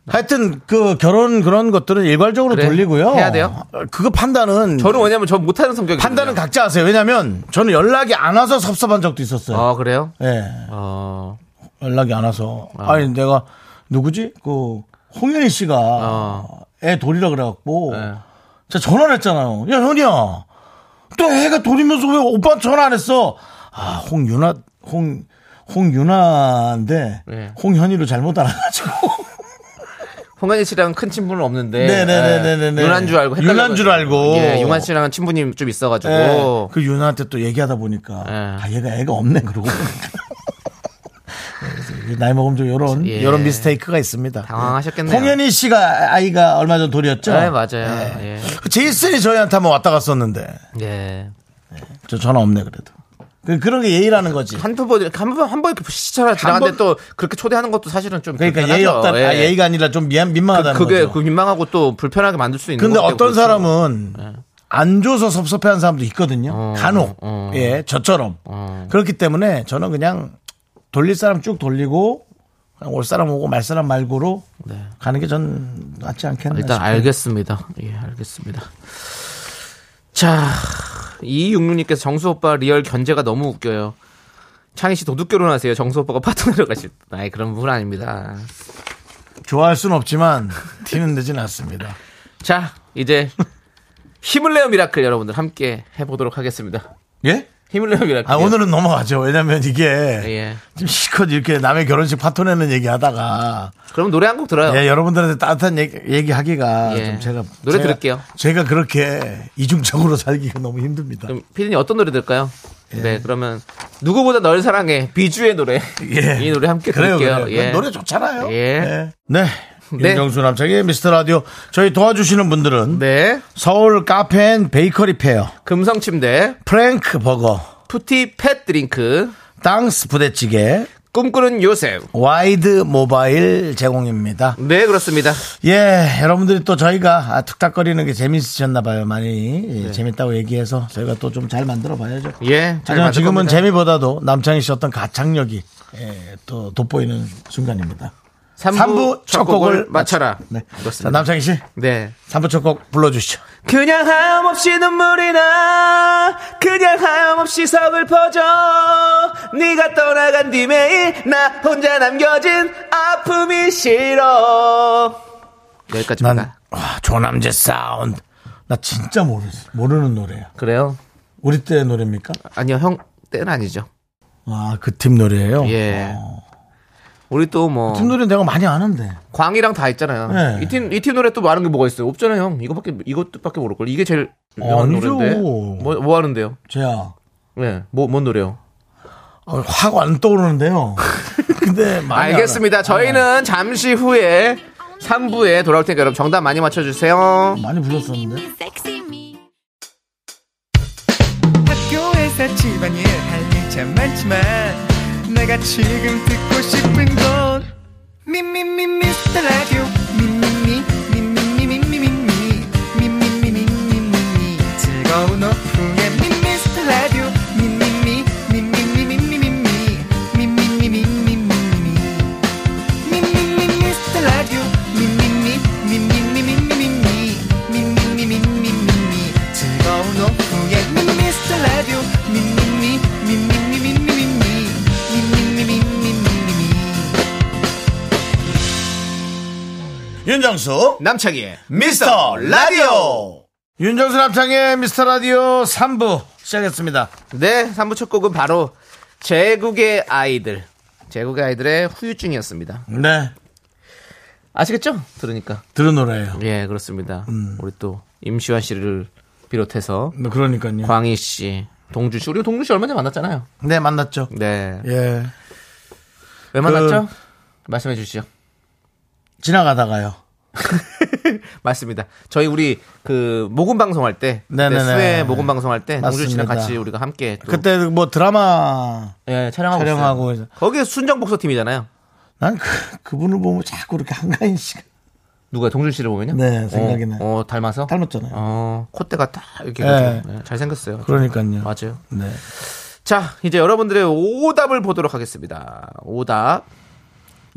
하여튼 그 결혼 그런 것들은 일괄적으로
그래,
돌리고요.
해야 돼요?
그거 판단은
저는 왜냐면 저 못하는 성격이
판단은 각자 하세요. 왜냐면 저는 연락이 안 와서 섭섭한 적도 있었어요.
아 그래요?
예,
어,
연락이 안 와서 아. 니 내가 누구지 그 홍현희 씨가
어.
애 돌이라 그래갖고
네.
제가 전화를 했잖아요. 야 현이야, 또 애가 돌이면서 왜 오빠 전화 안 했어? 아 홍윤아 홍 홍윤아인데
네.
홍현희로 잘못
[laughs]
알아가지고.
홍현희 씨랑 큰 친분은 없는데
네네네네네네.
예, 윤한 줄 알고 헷갈려가지고.
윤한 줄 알고.
예, 윤한 씨랑은 친분이 좀 있어가지고
예, 그 유나한테 또 얘기하다 보니까
예.
아 얘가 애가 없네 그러고 [laughs] 그래서 나이 먹으면 좀 요런
예.
요런 미스테이크가 있습니다.
당황하셨겠네요.
홍현희 씨가 아이가 얼마 전 돌이었죠?
네, 맞아요. 예.
그 제이슨이 저희한테 한번 왔다 갔었는데
예.
저 전화 없네 그래도 그 그런 게 예의라는 거지.
한두 번, 이렇게 한번 한번 이렇게 시차가
번-
지나는데 또 그렇게 초대하는 것도 사실은 좀
그러니까
불편하죠.
예의 없다. 아,
예.
예의가 아니라 좀 미안 민망하다는
그게
거죠.
그 민망하고 또 불편하게 만들 수 있는.
근데
것 같아요,
어떤
그렇죠.
사람은 안 줘서 섭섭해하는 사람도 있거든요.
어,
간혹 예 저처럼 그렇기 때문에 저는 그냥 돌릴 사람 쭉 돌리고 그냥 올 사람 오고 말 사람 말고로 가는 게 전 낫지 않겠나.
네. 아, 일단
싶어요.
알겠습니다. 예, 알겠습니다. 자, 이육육님께서 정수 오빠 리얼 견제가 너무 웃겨요. 창희 씨 도둑 결혼하세요. 정수 오빠가 파트너로 가실 때. 아이, 그런 분 아닙니다.
좋아할 수는 없지만 [laughs] 티는 내진 않습니다.
자, 이제 힘을 내요 미라클 여러분들 함께 해보도록 하겠습니다.
예?
힘을 내요 미라클.
아 오늘은 넘어가죠. 왜냐면 이게
예.
지금 실컷 이렇게 남의 결혼식 파토내는 얘기하다가
그럼 노래 한 곡 들어요.
예, 여러분들한테 따뜻한 얘기, 하기가
예.
좀 제가
노래
제가-
들을게요.
제가 그렇게 이중적으로 살기가 너무 힘듭니다.
그럼 피디님 어떤 노래 들까요? 네, 그러면 누구보다 널 사랑해 비주의 노래
예.
이 노래 함께
그래요,
들을게요.
그래요.
예.
노래 좋잖아요.
예.
네.
네.
윤정수 남창의 미스터 라디오 저희 도와주시는 분들은
네,
서울 카페앤 베이커리 페어,
금성 침대,
프랭크 버거,
푸티 팻 드링크,
땅스 부대찌개,
꿈꾸는 요셉.
와이드 모바일 제공입니다.
네, 그렇습니다.
예, 여러분들이 또 저희가 아, 툭탁거리는 게 재밌으셨나 봐요. 많이 예, 재밌다고 얘기해서 저희가 또 좀 잘 만들어 봐야죠.
네. 예, 잘
하지만
만들
지금은
겁니다.
재미보다도 남창희 씨 어떤 가창력이 예, 또 돋보이는 순간입니다.
삼부 첫 곡을 맞춰라.
네. 자,
그렇습니다.
남창희 씨.
네.
3부 첫 곡 불러주시죠.
그냥 하염없이 눈물이 나 그냥 하염없이 서글퍼져 네가 떠나간 뒤 매일 나 혼자 남겨진 아픔이 싫어 여기까지입니다
난, 와, 조남재 사운드. 나 진짜 모르, 모르는 노래야.
그래요?
우리 때 노래입니까?
아니요 형 때는 아니죠
아, 그 팀 노래예요
예.
어.
우리 또 뭐
팀 노래 내가 많이 아는데.
광이랑 다 있잖아요.
네.
이 팀 이 팀 노래 또 많은 게 뭐가 있어요? 없잖아요, 형. 이것밖에 이것밖에 모를 걸. 이게 제일 유명한
아니죠.
노래인데. 뭐, 뭐 하는데요?
제야.
예. 뭐 뭔 노래요?
어, 확 안 떠오르는데요. [laughs] 근데 많이
알겠습니다. 저희는 잠시 후에 3부에 돌아올 테니까 여러분 정답 많이 맞춰 주세요.
알아. 많이
네,
불렀었는데.
Sexy me.
학교에서 집안일 할 일 참 많지만 내가 지금 듣고 싶은 건 미미미 미스터 라디오 미미미 미미미 미미미 미미미 미미미 즐거운 오후에 미스터 라디오 미미미 미미미 미미미 미미미 미미미 미미미 미스터 라디오 미미미 미미미 미미미 미미미 미미미 즐거운 오후에 미스터 라디오 미미미 미미미 미미미 미미미 미미미
윤정수.
남창희의
미스터 라디오. 윤정수 남창의 미스터 라디오 3부 시작했습니다.
네, 3부 첫 곡은 바로 제국의 아이들. 제국의 아이들의 후유증이었습니다.
네.
아시겠죠? 들으니까.
들은 노래예요.
예, 그렇습니다.
음.
우리 또 임시완 씨를 비롯해서
네, 그러니까요.
광희 씨, 동주 씨. 우리 동주 씨 얼마 전에 만났잖아요.
네, 만났죠.
네.
예.
왜 만났죠? 그 말씀해 주시죠.
지나가다가요.
[laughs] 맞습니다. 저희 우리 그 모금 방송할 때,
네네네.
수해 모금 방송할 때 동주 씨랑
맞습니다.
같이 우리가 함께 또
그때 뭐 드라마
예, 촬영하고
촬영하고
있어요.
해서.
거기에 순정 복서팀이잖아요.
난 그, 그분을 보면 자꾸 이렇게 한가인 씨가
누가 동준 씨를 보면요?
네, 생각이
어,
나요.
어, 닮아서?
닮았잖아요.
어, 콧대가 딱 이렇게
예.
그죠? 예, 잘생겼어요.
그러니까요.
맞아요.
네.
자, 이제 여러분들의 오답을 보도록 하겠습니다. 오답.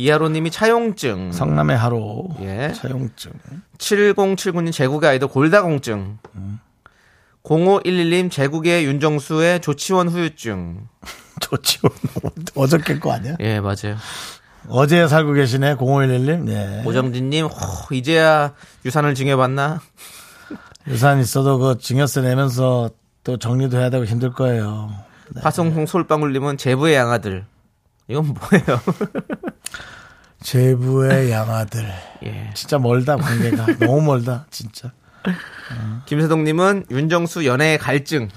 이하로님이 차용증.
성남의 하루.
예.
차용증. [laughs]
7079님 제국의 아이돌 골다공증.
음.
0511님 제국의 윤정수의 조치원 후유증.
조치원 어저께 거 아니야?
예, 맞아요.
어제 살고 계시네 0511님. 예.
오정진님, 호, 이제야 유산을 증여받나?
유산 있어도 그 증여세 내면서 또 정리도 해야 되고 힘들 거예요. 네.
화성홍 솔방울님은 제부의 양아들. 이건 뭐예요? [laughs]
제부의 양아들.
예.
진짜 멀다 관계가 [laughs] 너무 멀다 진짜.
김세동님은 윤정수 연애 갈증.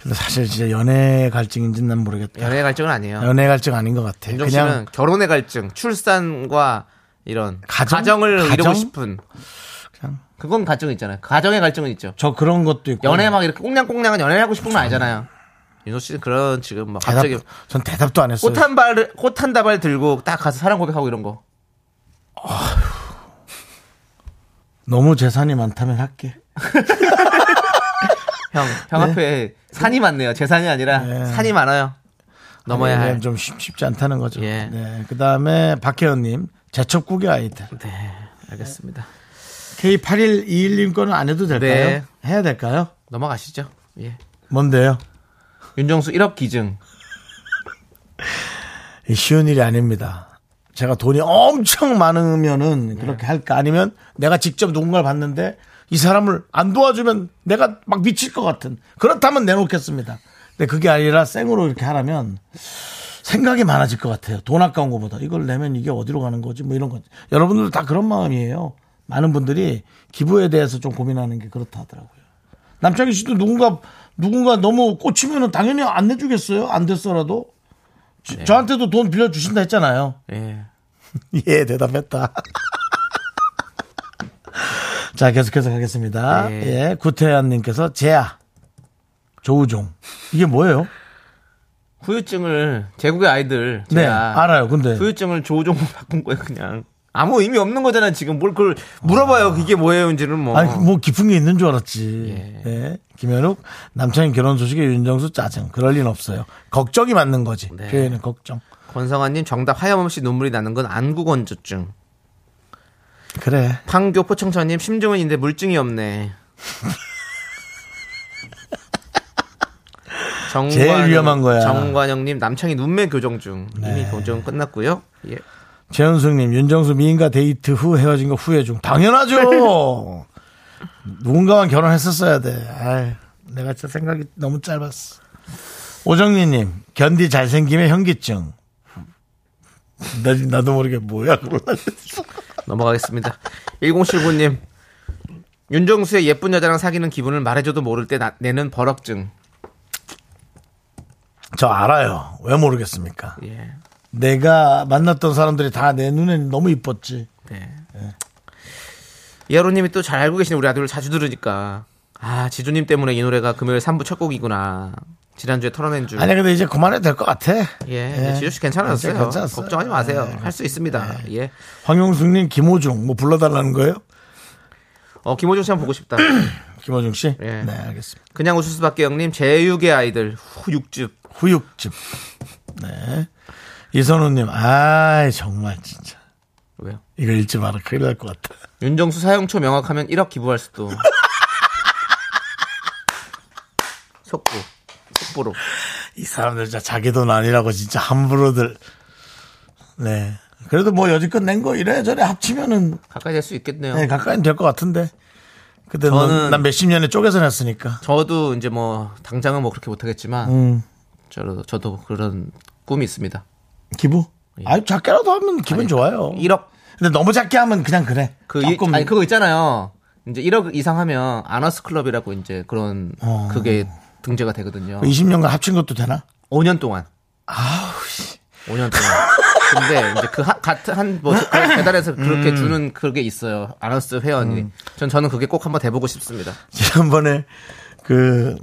근데 사실 진짜 연애 갈증인지는 난 모르겠다.
연애 갈증은 아니에요.
연애 갈증 아닌 것 같아.
윤정수 씨는
그냥
결혼의 갈증, 출산과 이런
가정?
가정? 을
가정?
이루고 싶은. 그건 갈증 있잖아요. 가정의 갈증은 있죠.
저 그런 것도 있고
연애 막 이렇게 꽁냥꽁냥한 연애를 하고 싶은 건 아니잖아요. 윤호 씨는 그런 지금 막
대답,
갑자기
전 대답도 안 했어요.
꽃 한 발, 꽃 한 다발 들고 딱 가서 사랑 고백하고 이런 거.
너무 재산이 많다면 할게.
형, 형 앞에 산이 네. 많네요. 네, 재산이 아니라
네.
산이 많아요. 넘어야
왜냐면
할.
좀 쉽, 쉽지 않다는 거죠.
예.
네. 그다음에 박혜연님 재첩국의 아이들.
네, 알겠습니다.
K8121님 거는 안 해도
네.
될까요? 해야 될까요?
넘어가시죠. 예.
뭔데요?
윤정수 1억 기증.
이 쉬운 일이 아닙니다. 제가 돈이 엄청 많으면은 그렇게 할까 아니면 내가 직접 누군가를 봤는데 이 사람을 안 도와주면 내가 막 미칠 것 같은 그렇다면 내놓겠습니다. 근데 그게 아니라 생으로 이렇게 하라면 생각이 많아질 것 같아요. 돈 아까운 것보다 이걸 내면 이게 어디로 가는 거지 뭐 이런 거지. 여러분들도 다 그런 마음이에요. 많은 분들이 기부에 대해서 좀 고민하는 게 그렇다 하더라고요. 남창희 씨도 누군가 누군가 너무 꽂히면은 당연히 안 내주겠어요. 안 됐어라도 저- 저한테도 돈 빌려 주신다 했잖아요.
예.
[laughs] 예, 대답했다. [laughs] 자, 계속해서 가겠습니다.
네.
예, 구태환님께서 제아 조우종 이게 뭐예요?
후유증을 제국의 아이들 제가
네, 알아요. 근데
후유증을 조종으로 [laughs] 바꾼 거예요 그냥 아무 의미 없는 거잖아 지금 뭘 그걸 물어봐요 그게 뭐예요인지는 아. 뭐
아니 뭐 깊은 게 있는 줄 알았지.
예.
예. 김현욱 남창희 결혼 소식에 윤정수 짜증. 그럴 리는 없어요. 걱정이 맞는 거지.
네.
표현은 걱정.
권성환님 정답 하염없이 눈물이 나는 건 안구건조증
그래.
판교 포청천님 심증은인데
[laughs]
물증이 없네 정관,
제일 위험한 거야.
정관영님 남창이 눈매 교정 중 이미
네.
교정 끝났고요 예.
최현숙님, 윤정수 미인과 데이트 후 헤어진 거 후회 중.
[laughs]
당연하죠. 누군가와 결혼했었어야 돼. 아이, 내가 진짜 생각이 너무 짧았어. 오정민님, 견디 잘생김에 현기증. 나, 지금 나도 모르게 뭐야, 그걸.
넘어가겠습니다. 1079님. 윤정수의 예쁜 여자랑 사귀는 기분을 말해줘도 모를 때 나- 내는 버럭증.
저 알아요. 왜 모르겠습니까?
예.
내가 만났던 사람들이 다 내 눈엔 너무 이뻤지.
네. 이하로님이 또 잘 알고 계신 우리 아들을 자주 들으니까 아 지주님 때문에 이 노래가 금요일 3부 첫 곡이구나 지난주에 털어낸 줄
아니, 근데 이제 그만해도 될 것 같아.
예,
예.
지주 씨 괜찮았어요.
이제 괜찮았어요.
걱정하지 마세요. 할 수 있습니다. 예.
황용숙님, 김호중, 뭐 불러달라는 거예요?
어, 김호중 씨 한번 보고 싶다. [clears throat]
김호중 씨?
예.
네, 알겠습니다.
그냥 웃을 수밖에 형님. 제육의 아이들 후 6즙.
후육집. 네. 이선우님, 아이, 정말 진짜.
왜요?
이거 읽지 마라. 큰일 날 것 같아.
윤정수 사용초 명확하면 1억 기부할 수도. [laughs] 속보. 속보로.
이 사람들 진짜 자기 돈 아니라고 진짜 함부로들. 네. 그래도 뭐 여지껏 낸 거 이래저래 합치면은
가까이 될 수 있겠네요.
네, 가까이 될 것 같은데. 그때
저는-
난 몇십 년에 쪼개서 냈으니까.
저도 이제 뭐 당장은 뭐 그렇게 못하겠지만
음.
저도 저도 그런 꿈이 있습니다.
기부?
예.
아니, 작게라도 하면 기분 좋아요.
1억
근데 너무 작게 하면 그냥 그래.
그
조금.
이, 아니 그거 있잖아요. 이제 1억 이상 하면 아너스 클럽이라고 이제 그런
어.
그게 등재가 되거든요.
20년간 합친 것도 되나?
5년 동안. 아우 씨. 5년 동안. 근데 이제 그 하- 같은 한뭐 배달해서
음.
그렇게 주는 그게 있어요. 아너스 회원이. 전 저는 그게 꼭 한번 돼 보고 싶습니다.
지난번에 그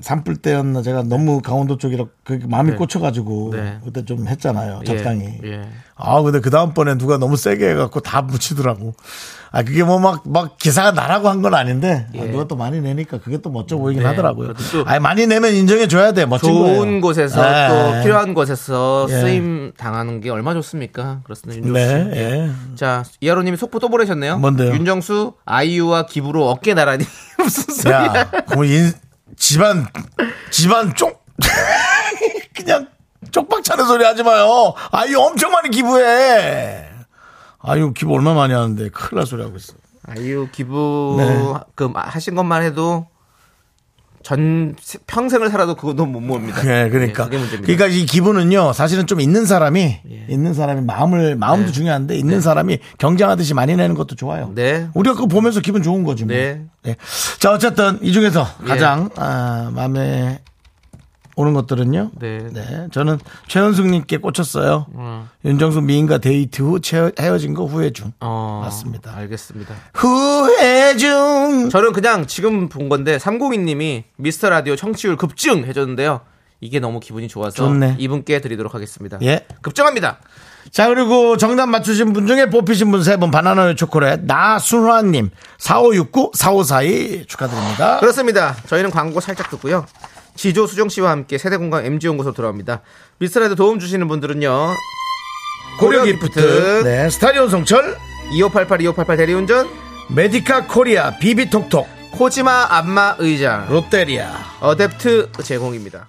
산불 때였나 제가 너무 강원도 쪽이라 그 마음이 꽂혀가지고
네.
그때 좀 했잖아요 적당히
예, 예.
아 근데 그 다음번에 누가 너무 세게 해갖고 다 묻히더라고 아 그게 뭐 막 막 기사가 나라고 한 건 아닌데 아,
예.
누가 또 많이 내니까 그게 또 멋져 보이긴
네,
하더라고요
그래도 또
아 많이 내면 인정해줘야 돼 멋진
좋은
거예요.
곳에서
아, 예.
또 필요한 곳에서
예.
쓰임 당하는 게 얼마 좋습니까? 그렇습니다. 윤정수
네,
씨.
예.
자, 이하로님이 속보 또 보내셨네요.
뭔데요?
윤정수, 아이유와 기부로 어깨 나란히. [laughs] 무슨 소리야.
[laughs] 야, 그럼 인, 집안, 집안 쪽, [laughs] 그냥 쪽박 차는 소리 하지 마요. 아유, 엄청 많이 기부해. 아유, 기부 얼마 많이 하는데 큰일 날 소리 하고 있어.
아이유 기부
네.
그 하신 것만 해도 전 세- 평생을 살아도 그것도 못 모읍니다.
예, 그러니까.
예, 그게 문제입니다. 예.
그러니까 이 기부는요, 사실은 좀 있는 사람이, 있는 사람이 마음을, 마음도 중요한데, 있는 사람이 경쟁하듯이 많이 내는 것도 좋아요.
네.
우리가 그거 보면서 기분 좋은 거지. 뭐.
네.
예. 자, 어쨌든 이 중에서 가장, 아, 마음에 오는 것들은요.
네.
네, 저는 최현숙님께 꽂혔어요. 윤정수 미인과 데이트 후 채- 음. 헤어진 거 후회 중.
어,
맞습니다.
알겠습니다.
후회 중.
저는 그냥 지금 본 건데 302님이 미스터 라디오 청취율 급증 해줬는데요. 이게 너무 기분이 좋아서
좋네.
이분께 드리도록 하겠습니다.
예.
급증합니다.
자, 그리고 정답 맞추신 분 중에 뽑히신 분 세 분 바나나의 초콜릿 나순화님 4569-4542 축하드립니다.
그렇습니다. 저희는 광고 살짝 듣고요. 지조 수정 씨와 함께 세대 공감 MG 연구소 돌아옵니다. 미스터 라디오 도움 주시는 분들은요. 고려 기프트,
네, 스타리온 성철
2588 2588 대리운전,
메디카 코리아 비비톡톡
코지마 안마 의자.
롯데리아
어댑트 제공입니다.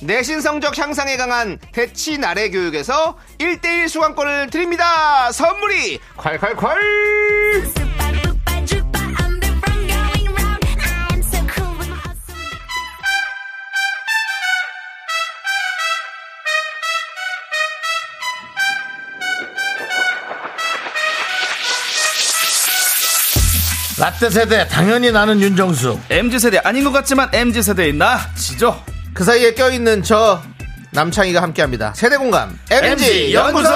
내신 성적 향상에 강한 대치 나래 교육에서 1대1 수강권을 드립니다. 선물이 콸콸콸!
라떼 세대 당연히 나는 윤정수
MZ 세대 아닌 것 같지만 MZ 세대인 나 아, 지죠.
그 사이에 껴있는 저 남창희가 함께합니다. 세대공감 MG 연구소.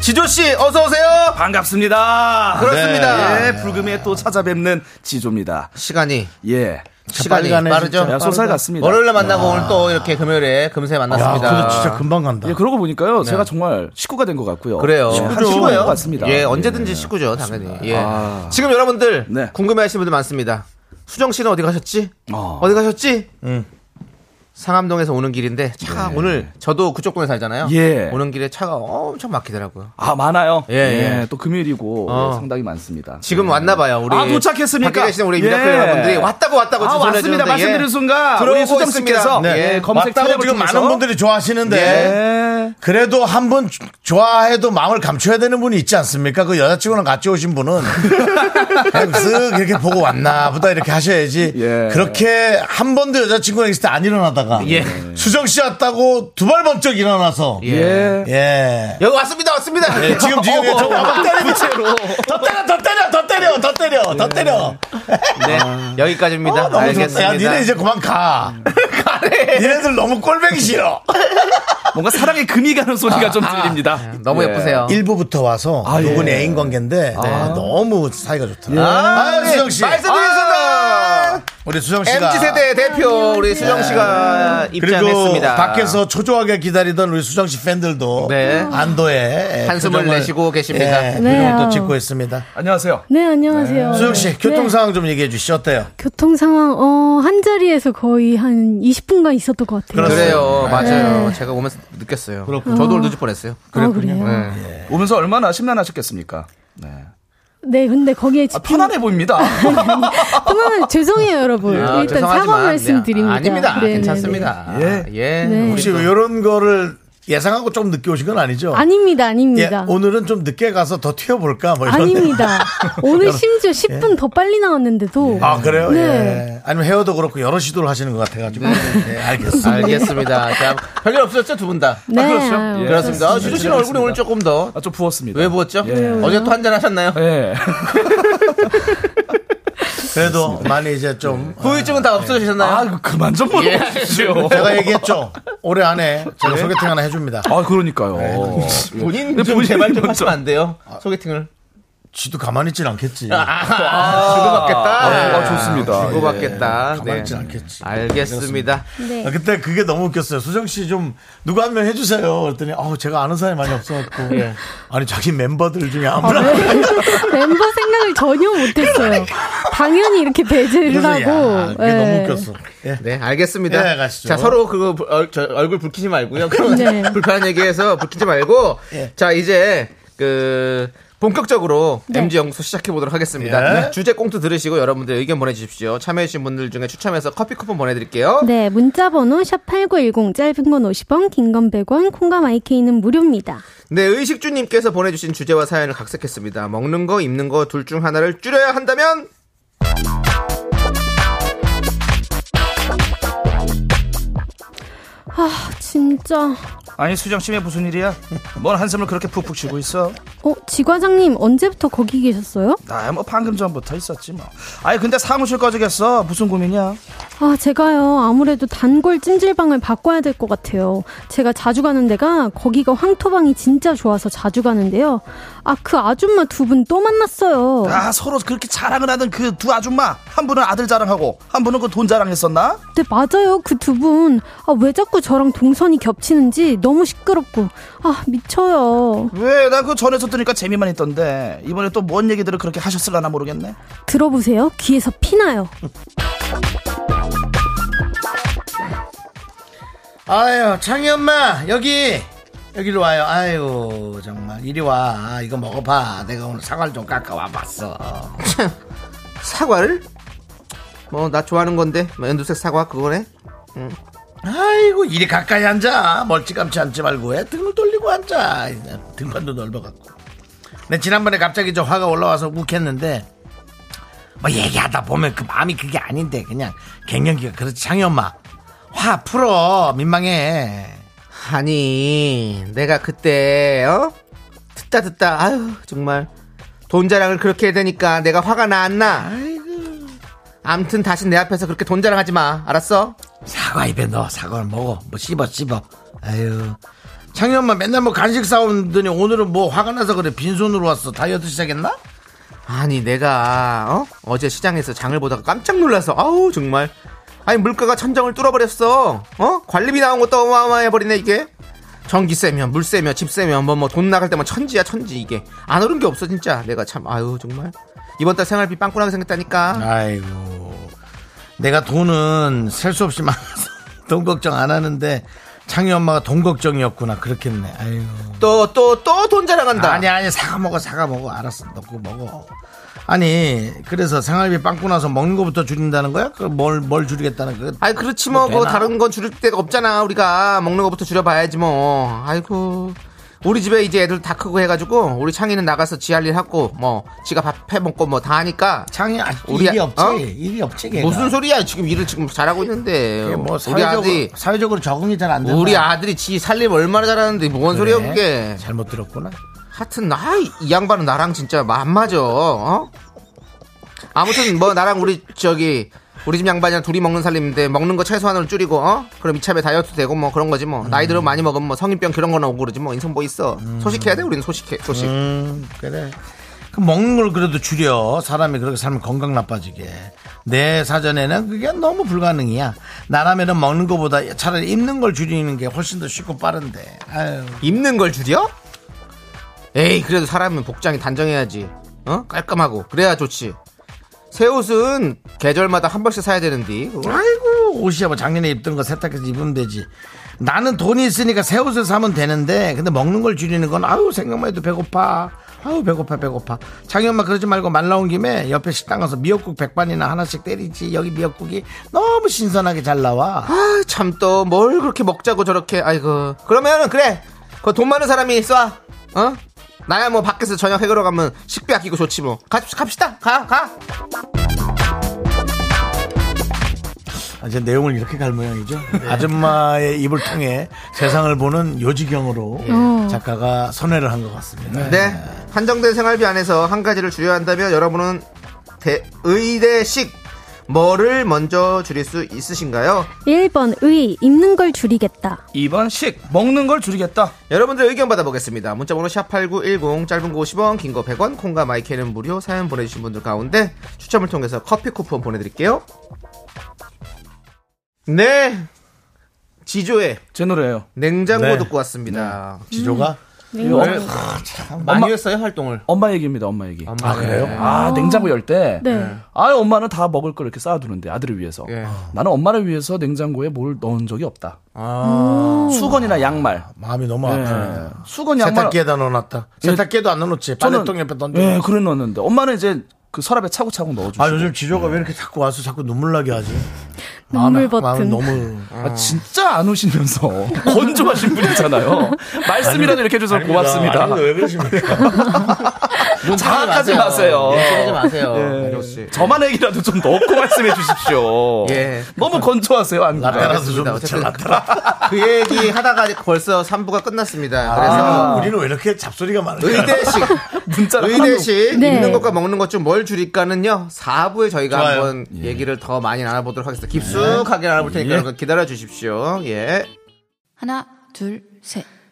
지조씨, 어서오세요!
반갑습니다.
그렇습니다.
예, 불금에 또 찾아뵙는 지조입니다.
시간이,
예.
시간이
빨리 가네,
빠르죠?
진짜.
약속살 같습니다.
월요일에 만나고 오늘 또 이렇게 금요일에 금세
야,
만났습니다.
근데 진짜 금방 간다.
예, 그러고 보니까요. 제가 정말 식구가 된 것 같고요.
네. 그래요.
예, 한
식구죠.
식구인 것 같습니다.
예, 언제든지 식구죠, 당연히. 예.
아.
지금 여러분들
네.
궁금해하시는 분들 많습니다. 수정 씨는 어디 가셨지?
어.
어. 디 가셨지?
음.
상암동에서 오는 길인데 차가 오늘 저도 그쪽 동에 살잖아요.
네. 예.
오는 길에 차가 엄청 막히더라고요.
아, 많아요.
예,
예,
예.
또 금요일이고
어.
예, 상당히 많습니다.
지금
예.
왔나 봐요. 우리
아, 도착했습니까?
밖에 계시는 우리
예.
미라클 여러분들이 왔다고 왔다고
아,
진술해
왔습니다.
주는데, 예.
말씀드린 순간 우리
들어오고
수정
있습니다.
씨께서,
네.
예, 검색
맞다고
탭을
지금
통해서.
많은 분들이 좋아하시는데
예.
그래도 한 번 좋아해도 마음을 감춰야 되는 분이 있지 않습니까? 그 여자친구랑 같이 오신 [laughs] 분은 그냥 쓱 이렇게 보고 왔나 보다 이렇게 하셔야지.
예.
그렇게 한 번도 여자친구랑 있을 때 안 일어나다가
예.
수정 씨 왔다고 두 발 번쩍 일어나서
예.
예.
예.
여기 왔습니다, 왔습니다.
예, 지금 지금 저 막 때리고 더 때려 더 때려 더 때려 더 때려 더 때려
[laughs] 네, 여기까지입니다.
어, 너무 좋다.
알겠습니다. 음.
야, 니네 이제 그만 가.
[laughs]
가래. 니네들 너무 꼴보기 싫어.
뭔가 사랑의 금이 가는 소리가
아,
좀 들립니다.
너무 예쁘세요.
일부부터 와서
아, 예.
누군 애인 관계인데 아, 너무 사이가 좋더라. 아,
네,
수정 씨. 아.
말씀드렸습니다.
우리 수정 씨가 네.
MZ 세대 대표 우리 수정 씨가
그리고
입장했습니다.
밖에서 초조하게 기다리던 우리 수정 씨 팬들도
네.
안도에
한숨을 내쉬고 계십니다.
예, 표정을 또
왜요?
짓고 있습니다.
안녕하세요.
네, 안녕하세요.
수정 씨
네.
교통 상황 좀 얘기해 주시죠. 어때요?
교통 상황, 어, 한 자리에서 거의 한 20분간 있었던 것 같아요.
그렇습니다.
그래요, 맞아요.
네.
제가 오면서 느꼈어요.
그렇군요.
저도 늦을 뻔했어요.
아, 그래요? 네.
네.
오면서 얼마나 심란하셨겠습니까? 네.
근데 거기에
아,
집중. [laughs]
편안해
[laughs]
보입니다.
그러면 죄송해요, 여러분.
아,
일단
죄송하지만,
사과 말씀드립니다.
네, 아닙니다.
네, 네,
괜찮습니다.
네.
예.
네.
혹시 이런 거를 예상하고 좀 늦게 오신 건 아니죠?
네. 아닙니다,
예,
아닙니다.
오늘은 좀 늦게 가서 더 튀어볼까 뭐 이런.
아닙니다. 오늘 심지어 10분 더 빨리 나왔는데도.
[laughs] 아 그래요?
네.
예. 아니면 헤어도 그렇고 여러 시도를 하시는 것 같아가지고. 예, 알겠습니다.
알겠습니다. 자, 별일 없었죠, 두 분 다.
네.
그렇죠.
아유,
예.
그렇습니다. 아, 주주 씨는 얼굴이 오늘 조금 더.
아, 좀 부었습니다.
왜 부었죠?
예.
어제 또 한잔 하셨나요?
예.
그래도 많이 이제 좀
네.
후유증은 다 없어지셨나요? 예.
아, 그만 좀 물어봐 주십시오.
제가 얘기했죠. 올해 안에
네.
제가 소개팅 하나 해줍니다.
아, 그러니까요.
본인 좀 제발 좀 하시면 안 돼요. 소개팅을.
지도 가만히 있진 않겠지.
아, 주고받겠다. 예.
아, 아, 좋습니다.
주고받겠다. 네.
가만히 있진 않겠지.
알겠습니다.
네.
아, 그때 그게 너무 웃겼어요. 수정 씨 좀 누구 한 명 해주세요. 그랬더니 아우 제가 아는 사람이 많이 없어갖고 예. 아니 자기 멤버들 중에 아무나
네. [laughs] 멤버 생각을 전혀 못했어요. 당연히 이렇게 배제를
그래서 야,
하고. 네.
그게 너무 웃겼어. 예.
네, 알겠습니다.
예, 가시죠.
자, 서로 그거 불- 얼, 저, 얼굴 붉히지 말고요. 그런
네.
[laughs] 불편한 얘기해서 붉히지 말고
예.
자, 이제 그 본격적으로
네.
MG 영수 시작해 보도록 하겠습니다.
예.
주제 꽁트 들으시고 여러분들 의견 보내 주십시오. 참여해 주신 분들 중에 추첨해서 커피 쿠폰 보내 드릴게요.
네, 문자번호 샵8910, 짧은 건 50원, 긴 건 100원, 콩과 마이케이는 무료입니다.
네, 의식주님께서 보내주신 주제와 사연을 각색했습니다. 먹는 거, 입는 거 둘 중 하나를 줄여야 한다면?
아, 진짜.
아니, 수정 씨왜 무슨 일이야? 뭔 한숨을 그렇게 푹푹 쉬고 있어?
어, 지과장님, 언제부터 거기 계셨어요?
나야 뭐 방금 전부터 있었지 뭐. 아니, 근데 사무실 꺼지겠어. 무슨 고민이야?
아, 제가요, 아무래도 단골 찜질방을 바꿔야 될 것 같아요. 제가 자주 가는 데가, 거기가 황토방이 진짜 좋아서 자주 가는데요. 아, 그 아줌마 두 분 또 만났어요.
아, 서로 그렇게 자랑을 하던 그 두 아줌마. 한 분은 아들 자랑하고, 한 분은 그 돈 자랑했었나?
네, 맞아요. 그 두 분. 아, 왜 자꾸 저랑 동선이 겹치는지 너무 시끄럽고. 아, 미쳐요.
왜? 나 그 전에서 들으니까 재미만 있던데. 이번에 또 뭔 얘기들을 그렇게 하셨을라나 모르겠네.
들어보세요. 귀에서 피나요.
아유 창희 엄마 여기 여기로 와요. 아유 정말 이리 와 아, 이거 먹어봐. 내가 오늘 사과를 좀 깎아 와봤어.
사과를? 뭐, 나 좋아하는 건데, 뭐 연두색 사과, 그거네?
아이고 이리 가까이 앉아 멀찌감치 앉지 말고 왜 등을 돌리고 앉아 등판도 넓어갖고 내 지난번에 갑자기 저 화가 올라와서 욱했는데 뭐 얘기하다 보면 그 마음이 그게 아닌데 그냥 갱년기가 그렇지 장희 엄마 화 풀어 민망해
아니, 내가 그때, 어? 듣다 듣다, 아유, 정말. 돈 자랑을 그렇게 되니까 내가 화가 나, 안 나? 암튼 다시 내 앞에서 그렇게 돈 자랑하지 마. 알았어?
사과 입에 넣어 사과를 먹어 뭐 씹어 씹어 아유 창년만 맨날 뭐 간식 사오더니 오늘은 뭐 화가 나서 그래 빈손으로 왔어 다이어트 시작했나?
아니 내가 어? 제 시장에서 장을 보다가 깜짝 놀라서 아우 정말 아니 물가가 천정을 뚫어버렸어 어 관리비 나온 것도 어마어마해 버리네 이게 전기세며 물세며 집세며 뭐 뭐 돈 나갈 때만 천지야 천지 이게 안 오른 게 없어 진짜 내가 참 아유 정말 이번 달 생활비 빵꾸나게
아.
생겼다니까
아이고 내가 돈은 셀 수 없이 많아서 [laughs] 돈 걱정 안 하는데 창희 엄마가 돈 걱정이었구나 그렇겠네 아이고
또 또 또 돈 자랑한다
아니 아니 사과 먹어 사과 먹어 알았어 넣고 먹어 아니 그래서 생활비 빵꾸 나서 먹는 거부터 줄인다는 거야? 그럼 뭘, 뭘 줄이겠다는 거야?
아이 그렇지 뭐,
뭐
뭐
되나?
다른 건 줄일 데가 없잖아 우리가 먹는 것부터 줄여봐야지 뭐 아이고 우리 집에 이제 애들 다 크고 해가지고 우리 창이는 나가서 지 할 일 하고 뭐 지가 밥 해먹고 뭐 다 하니까
창희 아직
우리
일이
아-
없지
어?
일이 없지 걔가.
무슨 소리야 지금 일을 지금 잘하고 있는데
그게 뭐
어, 우리
사회적으로,
아들이
사회적으로 적응이 잘 안 된다
우리 아들이 지 살림 얼마나 잘하는데
그래?
뭔 소리야 그게
잘못 들었구나
하여튼 나이 양반은 나랑 진짜 마- 안 맞아. 어? 아무튼 뭐 나랑 우리 저기 우리 집 양반이랑 둘이 먹는 살림인데 먹는 거 최소한으로 줄이고 어? 그럼 이참에 다이어트 되고 뭐 그런 거지 뭐 나이 들어 많이 먹으면 뭐 성인병 그런 거나 오고 그러지 뭐 인생 뭐 있어 소식해야 돼 우리는 소식해 소식
음, 그래. 그럼 먹는 걸 그래도 줄여. 사람이 그렇게 살면 건강 나빠지게. 내 사전에는 그게 너무 불가능이야. 나라면은 먹는 것보다 차라리 입는 걸 줄이는 게 훨씬 더 쉽고 빠른데. 아유.
입는 걸 줄여? 에이 그래도 사람은 복장이 단정해야지 어? 깔끔하고 그래야 좋지 새 옷은 계절마다 한 벌씩 사야 되는데
아이고, 옷이야 뭐 작년에 입던 거 세탁해서 입으면 되지. 나는 돈이 있으니까 새 옷을 사면 되는데, 근데 먹는 걸 줄이는 건, 아유, 생각만 해도 배고파. 아유, 배고파, 배고파. 자기 엄마 그러지 말고 말 나온 김에 옆에 식당 가서 미역국 백반이나 하나씩 때리지. 여기 미역국이 너무 신선하게 잘 나와.
아, 참 또 뭘 그렇게 먹자고 저렇게 아이고 그러면 그래 그 돈 많은 사람이 쏴 어? 나야 뭐 밖에서 저녁 해결러 가면 식비 아끼고 좋지 뭐 가, 갑시다 가가
아, 이제 내용을 이렇게 갈 모양이죠. 아줌마의 입을 통해 세상을 보는 요지경으로
어.
작가가 선회를 한 것 같습니다.
네 한정된 생활비 안에서 한 가지를 줄여야 한다면 여러분은 대, 의대식 뭐를 먼저 줄일 수 있으신가요?
1번 의 입는 걸 줄이겠다.
2번 식 먹는 걸 줄이겠다.
여러분들의 의견 받아보겠습니다. 문자번호 샵8910 짧은 거 50원 긴 거 100원 콩과 마이크는 무료 사연 보내주신 분들 가운데 추첨을 통해서 커피 쿠폰 보내드릴게요. 네. 지조의
제 노래예요.
냉장고
네.
듣고 왔습니다. 아,
지조가
엄마,
했어요 활동을? 네.
엄마 얘기입니다. 엄마 얘기.
아 그래요?
아, 냉장고 열 때.
네.
아, 엄마는 다 먹을 걸 이렇게 쌓아두는데 아들을 위해서.
예.
나는 엄마를 위해서 냉장고에 뭘 넣은 적이 없다. 수건이나 양말.
마음이 너무
예.
아. 아프네.
수건 양말.
세탁기에다 넣어놨다. 세탁기에도 안 넣어놓지. 빨래통 옆에 던져.
예, 그래 넣었는데 엄마는 이제 그 서랍에 차고차고 넣어주시고.
아 요즘 지조가 왜 이렇게 자꾸 와서 자꾸 눈물 나게 하지?
눈물 버튼.
마음 너무
아, 진짜 안 오시면서 [laughs] 건조하신 분이잖아요. 말씀이라도 이렇게 해줘서 고맙습니다. 아,
아니, 왜 그러십니까?
자학하지 마세요.
하지 마세요.
예.
예. 씨.
저만 얘기라도 좀 넣고 말씀해 주십시오.
예.
너무 건조하세요, 안 그래요?
라떼라도 좀
어쨌든.
잘 라떼라.
그 얘기 하다가 벌써 3부가 끝났습니다. 그래서
아, 우리는 왜 이렇게 잡소리가 많을까? [laughs]
의대식
문자로
의대식
네.
입는 것과 먹는 것 좀 뭘 줄일까는요 4부에 저희가
좋아요. 예.
한번 얘기를 더 많이 나눠보도록 하겠습니다 깊숙하게 나눠볼 테니까 여러분 기다려 주십시오 예
하나, 둘, 셋.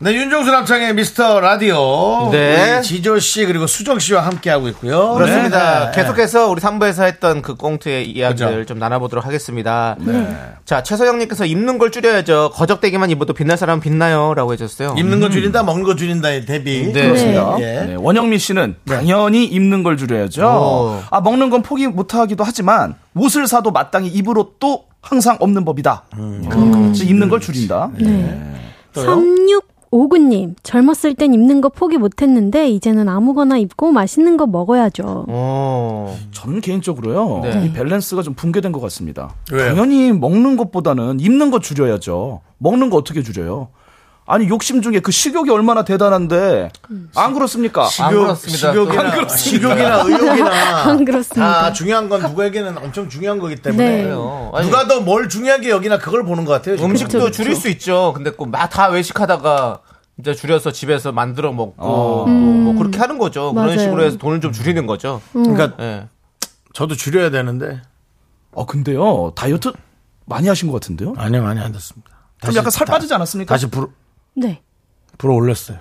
네, 윤종수 남창의 미스터 라디오.
네.
우리 지조 씨 그리고 수정 씨와 함께 하고 있고요.
그렇습니다
네.
계속해서 우리 3부에서 했던 그 꽁트의 이야기를
그죠. 네.
좀 나눠보도록 하겠습니다 자 최서영님께서 입는 걸 줄여야죠 거적대기만 입어도 빛날 사람은 빛나요 라고 해줬어요
입는 거 줄인다, 먹는 거 줄인다의 대비.
네.
그렇습니다.
예.
네, 원영미 씨는 당연히 입는 걸 줄여야죠.
오.
아, 먹는 건 포기 못 하기도 하지만 옷을 사도 마땅히 입을 옷도 항상 없는 법이다. 그래서 입는 걸 줄인다.
네. 3659님, 젊었을 땐 입는 거 포기 못했는데, 이제는 아무거나 입고 맛있는 거 먹어야죠.
오.
저는 개인적으로요.
네.
이 밸런스가 좀 붕괴된 것 같습니다.
왜요?
당연히 먹는 것보다는 입는 거 줄여야죠. 먹는 거 어떻게 줄여요? 아니 욕심 중에 그 식욕이 얼마나 대단한데 안 그렇습니까?
식욕,
그렇습니다.
식욕이나, 식욕이나 의욕이나
안 아, 그렇습니다.
아, 다 중요한 건 누구에게는 엄청 중요한 거기 때문에
네.
아니,
누가 더 뭘 중요하게 여기나 그걸 보는 것 같아요. 지금.
음식도 줄일 수 있죠. 근데 꼭다 외식하다가 이제 줄여서 집에서 만들어 먹고 또 뭐 그렇게 하는 거죠.
맞아요.
그런 식으로 해서 돈을 좀 줄이는 거죠.
그러니까
예.
저도 줄여야 되는데
아 근데요 다이어트 많이 하신 것 같은데요?
아니요 많이 안 됐습니다.
좀 약간 살 빠지지 않았습니까?
다시 불어
네.
불어 올렸어요.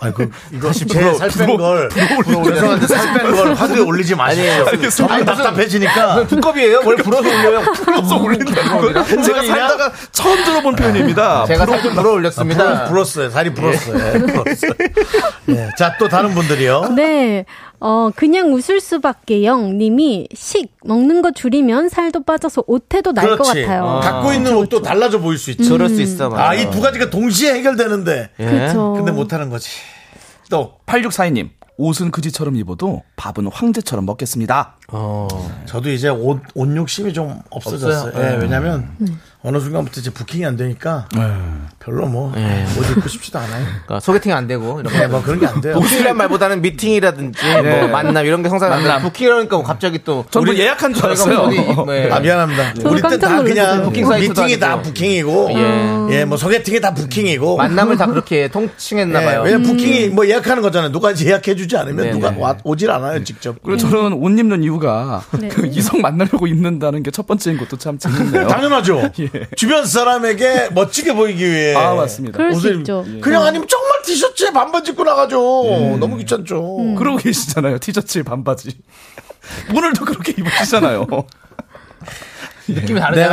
아니 그 이거 제살뺀걸 죄송한데 살 뺀 걸 화두에 올리지 마세요. 정말 답답해지니까
두껍이에요. 원래 불어서 올려요.
불어서 올린다는 아, 거 제가
그냥-
살다가 처음
아. [laughs]
들어본 표현입니다.
제가 살좀 불어 올렸습니다.
불- 불었어요. 살이 예, 불었어요. 불었어요. 예. 자또 다른 분들이요.
네. 어, 그냥 웃을 수밖에 영 님이 식, 먹는 거 줄이면 살도 빠져서 옷태도 날 것
그렇지. 어.
같아요. 음.
갖고 있는 옷도 달라져 보일 수 있죠.
그럴 수 있어.
아, 이 두 가지가 동시에 해결되는데.
그렇죠.
근데 뭐 못하는 거지.
또 8642님 옷은 그지처럼 입어도 밥은 황제처럼 먹겠습니다.
저도 이제 옷, 옷 욕심이 좀 없어졌어요. 예, 왜냐면
음.
어느 순간부터 이제 부킹이 안 되니까 별로 뭐, 옷 입고 싶지도 않아요.
그러니까 소개팅 안 되고 이런
예,
거.
뭐 그런 게 안
[laughs]
돼요.
복수란 말보다는 미팅이라든지 뭐 만남 이런 게 성사가 안 되고 부킹이라니까 뭐 갑자기 또
전뭐 예약한 줄
저희가
알았어요.
뭐 어디, 뭐
아, 미안합니다. 우리 때
깜짝
다 그냥
놀랐어요. 아.
부킹
부킹
사이트도 미팅이
아니고.
다 부킹이고, 예. 뭐 소개팅이 다 부킹이고. 예,
만남을 다 그렇게 통칭했나 봐요.
네.
음.
왜냐 부킹이 뭐 예약하는 거잖아요. 누가 예약해주지 않으면
네,
누가
네.
와- 오질 않아요, 직접.
[laughs] 그리고 저는 옷 입는 이유가 그 이성 만나려고 입는다는 게 첫 번째인 것도 참 재밌네요.
당연하죠. 주변 사람에게 멋지게 보이기 위해.
아 맞습니다.
그럴 수
옷을
있죠.
그냥 아니면 정말 티셔츠에 반바지 입고 나가죠. 너무 귀찮죠.
음.
그러고 계시잖아요. 티셔츠에 반바지. 오늘도 그렇게 입으시잖아요.
느낌이 다르잖아.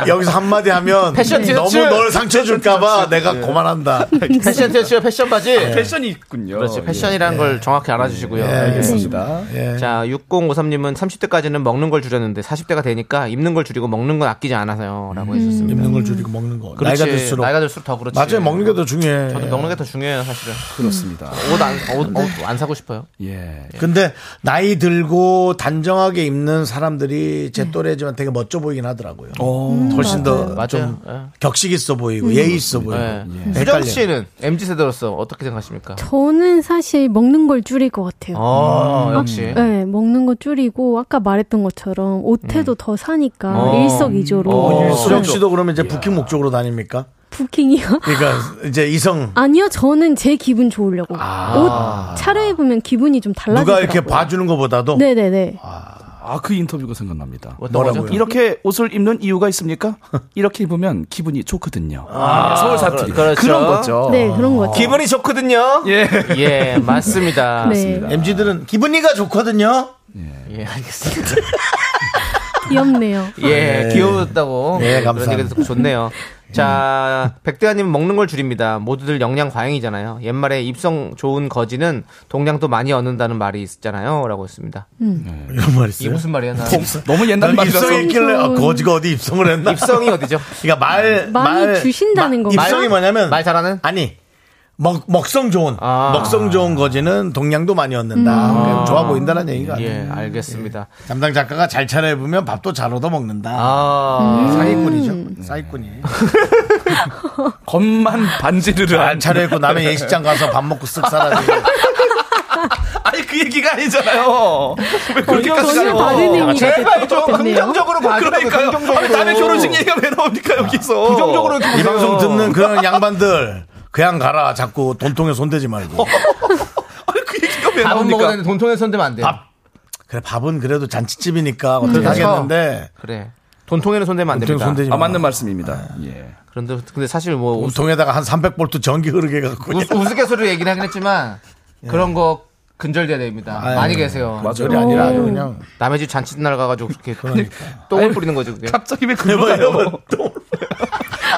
내가 여기서 한마디 하면
[laughs] 패션
너무
티셔츠. 네.
널 상처 줄까봐 내가 고만한다. [laughs]
패션 티셔츠, 패션 바지.
[laughs] 패션이 있군요.
그렇지. 그렇죠. 패션이라는 걸 정확히 알아주시고요.
예.
예. 음.
알겠습니다.
예.
자, 6053님은 30대까지는 먹는 걸 줄였는데 40대가 되니까 입는 걸 줄이고 먹는 건 아끼지 않아서요. 라고 해주셨습니다.
입는 걸 줄이고 먹는 거.
그렇지.
나이가 들수록.
나이가 들수록 더 그렇지.
맞아요. 먹는 게 더 중요해.
저도 먹는 게 더 중요해요, 사실은.
그렇습니다.
옷 안, 옷, 옷안 사고 싶어요.
예.
근데 나이 들고 단정하게 입는 사람들이
음.
제 또래지만 되게 멋져 보이긴 하더라고요.
어,
어,
훨씬
맞아요.
더 좀
예.
격식 있어 보이고 예의 있어 보이고.
예.
예.
수정
헷갈려요.
씨는 MZ 세대로서 어떻게 생각하십니까?
저는 사실 먹는 걸 줄일 것 같아요.
어, 역시.
네, 먹는 거 줄이고 아까 말했던 것처럼 옷태도 더 사니까
어.
일석이조로
어,
네.
수정 씨도 그러면 이제 부킹 목적으로 다닙니까?
부킹이요?
그러니까 이제 이성
아니요, 저는 제 기분 좋으려고 옷 차려입으면 기분이 좀 달라지더라고요.
누가 이렇게 봐주는 것보다도
네네네.
아 그 인터뷰가 생각납니다.
뭐라고요?
이렇게 옷을 입는 이유가 있습니까? [laughs] 이렇게 입으면 기분이 좋거든요. 서울 사투리.
그렇죠.
런 거죠.
네 그런 거죠.
기분이 좋거든요. 예. 예, 맞습니다.
네,
MG들은 기분이가 좋거든요.
예, 알겠습니다.
귀엽네요.
예, 귀여웠다고.
예,
그런
감사합니다.
얘기 듣고 좋네요. 자, 백대한님 먹는 걸 줄입니다. 모두들 영양 과잉이잖아요. 옛말에 입성 좋은 거지는 동량도 많이 얻는다는 말이 있잖아요. 라고 했습니다.
이런 말 있어요.
음. 이게 무슨 말이야, 나.
너무 옛날
아, 난
말이라서.
입성이 있길래 아, 거지가 어디 입성을 했나?
입성이 어디죠?
[laughs] 그러니까 말
많이
말-
주신다는
마-
건가요?
입성이 뭐냐면
말 잘하는?
아니 먹 먹성 좋은
아.
먹성 좋은 거지는 동량도 많이
음.
얻는다. 그러니까 좋아 보인다는 얘기가
예,
아니에요.
알겠습니다.
담당 작가가 잘 차려입으면 밥도 잘 얻어 먹는다.
아,
음.
음.
음.
사기꾼이죠. 사기꾼이.
겉만 반지를
잘
안
차려입고 남의 예식장 가서 밥 먹고 쓱 사라지고.
[laughs]
아니 그 얘기가 아니잖아요. 왜 그렇게까지
전혀
가요?
아,
다른 의미가
제발
될
좀
것 같네요.
긍정적으로 봐주라고
그러니까요.
긍정적으로.
아니, 남의 결혼식
얘기가 왜 나옵니까 여기서?
아, 부정적으로 이렇게
이
보세요.
방송 듣는 그런 양반들 그냥 가라. 자꾸 돈통에 손대지
[laughs]
말고.
아니 그 얘기가 왜
밥은 먹었는데 돈통에 손대면 안 돼요.
밥. 그래 밥은 그래도 잔치집이니까 어떻게
그렇죠.
하겠는데
그래. 돈통에는 손대면 안
돈통에
됩니다.
손대지
아
마.
맞는 말씀입니다. 예.
그런데 근데 사실 뭐 우스,
몸통에다가 한 300볼트 전기 흐르게 갖고
우스, 우스갯소리로 얘기를 하긴 했지만 그런 거 근절돼야 됩니다.
아유,
많이 계세요.
절이 아니라 아주 그냥
남의 집 잔칫날 가가지고 그렇게 [laughs] 똥을 뿌리는 거죠. 그게.
갑자기 왜 글로
어,
가요?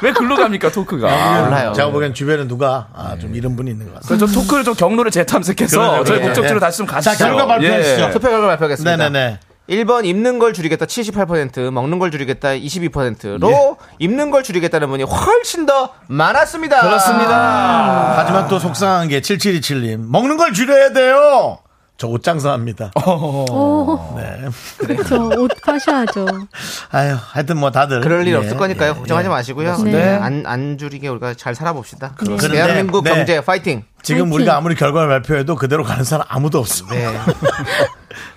왜 글로 갑니까 토크가?
아, 몰라요. 네.
제가 보기엔 주변에 누가 아, 좀 이런 분이 있는 것 같아요.
그래서 저 토크를 좀 경로를 재탐색해서
그러네요.
저희
예,
목적지로
예.
다시 좀 가시죠.
자, 결과 발표하시죠.
예.
투표 결과 발표하겠습니다.
네네네.
1번 입는 걸 줄이겠다 78%, 먹는 걸 줄이겠다 22%로 입는 걸 줄이겠다는 분이 훨씬 더 많았습니다.
그렇습니다.
아.
하지만 또 속상한 게 7727님 먹는 걸 줄여야 돼요. 저 옷장사합니다.
어,
네.
그렇죠. 옷 파셔야죠.
아유, 하여튼 뭐 다들.
그럴 일
예,
없을 거니까요.
예,
걱정하지
예.
마시고요.
네.
네. 안, 안 줄이게 우리가 잘 살아봅시다.
그런데,
대한민국
네.
경제 파이팅.
지금
화이팅.
우리가 아무리 결과를 발표해도 그대로 가는 사람 아무도 없어.
네.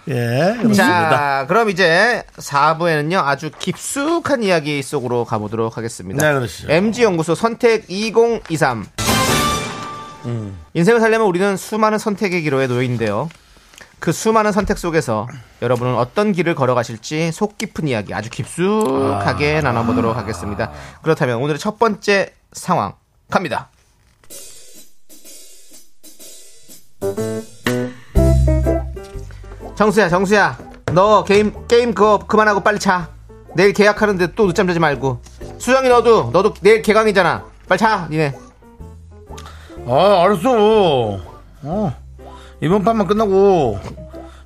예, 그렇습니다.
자, 그럼 이제 4부에는요, 아주 깊숙한 이야기 속으로 가보도록 하겠습니다.
네, 그러시죠.
MG연구소 선택 2023.
음.
인생을 살려면 우리는 수많은 선택의 기로에 놓여있는데요. 그 수많은 선택 속에서 여러분은 어떤 길을 걸어가실지 속 깊은 이야기 아주
아.
깊숙하게 나눠보도록 하겠습니다. 그렇다면 오늘의 첫 번째 상황 갑니다. 정수야, 정수야, 너 게임 게임 그거 그만하고 빨리 자. 내일 계약하는데 또 늦잠 자지 말고. 수정이 너도 너도 내일 개강이잖아. 빨리 자, 니네.
아, 알았어. 어. 이번 판만 끝나고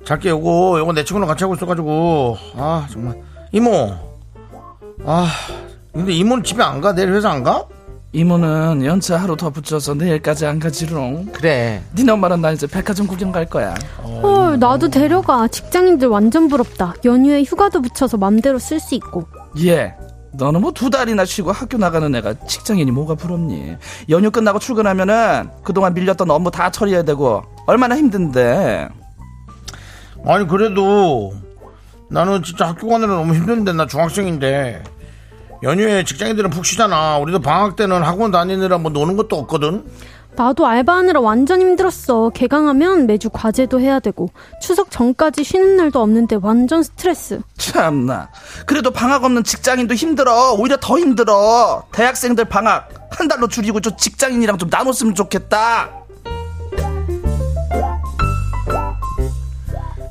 잘게 요거 요거 내 친구랑 같이 하고 있어가지고 아 정말 이모 아 근데 이모는 집에 안 가 내일 회사 안 가?
이모는 연차 하루 더 붙여서 내일까지 안 가지롱.
그래.
니네 엄마랑 나 이제 백화점 구경 갈 거야.
헐, 나도 데려가. 직장인들 완전 부럽다. 연휴에 휴가도 붙여서 맘대로 쓸 수 있고.
예. 너는 뭐 두 달이나 쉬고 학교 나가는 애가 직장인이 뭐가 부럽니? 연휴 끝나고 출근하면은 그동안 밀렸던 업무 다 처리해야 되고 얼마나 힘든데.
아니 그래도 나는 진짜 학교 가느라 너무 힘든데 나 중학생인데 연휴에 직장인들은 푹 쉬잖아 우리도 방학 때는 학원 다니느라 뭐 노는 것도 없거든
나도 알바하느라 완전 힘들었어. 개강하면 매주 과제도 해야 되고. 추석 전까지 쉬는 날도 없는데 완전 스트레스.
참나. 그래도 방학 없는 직장인도 힘들어. 오히려 더 힘들어. 대학생들 방학 한 달로 줄이고 좀 직장인이랑 좀 나눴으면 좋겠다.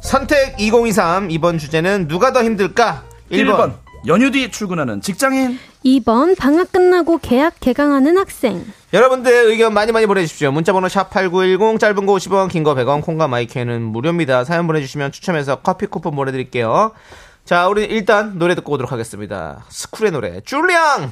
선택 2023 이번 주제는 누가 더 힘들까? 1번.
1번. 연휴 뒤 출근하는 직장인.
2번, 방학 끝나고 계약 개강하는 학생.
여러분들의 의견 많이 많이 보내주십시오. 문자번호 샵8910 짧은 거 50원 긴 거 100원 콩과 마이크는 무료입니다. 사연 보내주시면 추첨해서 커피 쿠폰 보내드릴게요. 자 우리 일단 노래 듣고 오도록 하겠습니다. 스쿨의 노래 줄리앙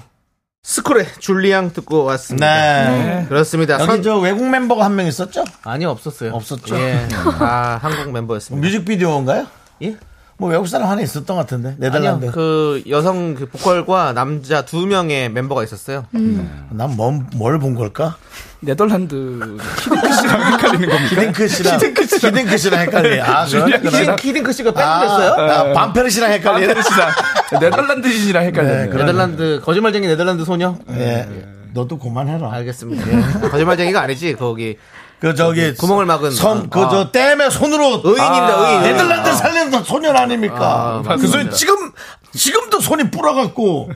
스쿨의 줄리앙 듣고 왔습니다.
네
그렇습니다.
여기
선-
저 외국 멤버가 한 명 있었죠?
아니 없었어요.
없었죠. [laughs]
예. 아 한국 멤버였습니다.
뮤직비디오인가요?
예?
뭐 외국 사람 하나 있었던 것 같은데 네덜란드
아니요, 그 여성 그 보컬과 남자 두 명의 멤버가 있었어요.
난 뭘 본 걸까?
[laughs] 네덜란드.
그러니까? 히딩크 씨랑 히딩크 씨랑 헷갈리. 아, 그렇구나.
키링크 씨가
아,
뺀거였어요
나 반페르 씨랑 헷갈리네.
네덜란드인이랑 헷갈려.
네,
네,
네덜란드 거짓말쟁이 네덜란드 소녀.
예. 너도 그만해라.
알겠습니다. 어. 예. 거짓말쟁이가 아니지 거기
그 저기
구멍을 막은
섬, 그
아.
저 댐에 손으로 아.
의인입니다, 의인.
네덜란드 살려는 소년 아닙니까?
아,
그 손, 지금 지금도 손이 불어갖고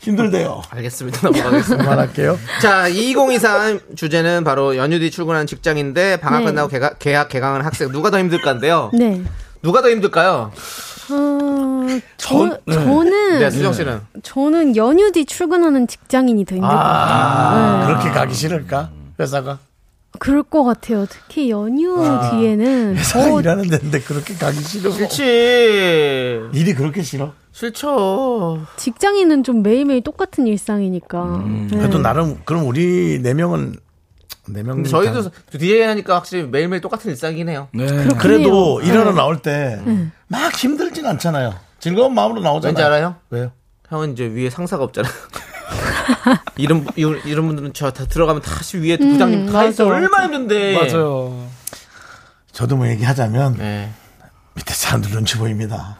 힘들대요.
알겠습니다. 넘어가겠습니다.
그만할게요.
자, 2023 주제는 바로 연휴 뒤 출근하는 직장인데 방학
네.
끝나고 개가, 계약 개강하는 학생 누가 더 힘들까인데요.
네.
누가 더 힘들까요?
어, 저, 저는,
네, 수정 씨는
저는 연휴 뒤 출근하는 직장인이 더 힘들 것 같아요. 네.
그렇게 가기 싫을까? 회사가
그럴 것 같아요. 특히 연휴
[laughs]
뒤에는.
회사가
더-
일하는 데인데 그렇게 가기 싫어.
네.
싫지.
일이 그렇게 싫어?
싫죠.
직장인은 좀 매일매일 똑같은 일상이니까. 네.
그래도 나름 그럼 우리 네 명은 네 명.
저희도 DJ 하니까 확실히 매일매일 똑같은 일상이긴 해요.
그렇군요.
그래도 일하러
네.
나올 때 막 힘들진 않잖아요. 즐거운 마음으로 나오잖아요.
왠지 알아요?
왜요?
형은 이제 위에 상사가 없잖아. [laughs] 이런 분- 이런 이런 분들은 저 다 들어가면 다시 위에
음,
부장님 다 있어 얼마나 힘든데.
맞아요.
저도 뭐 얘기하자면
네.
밑에 사람들 눈치 보입니다.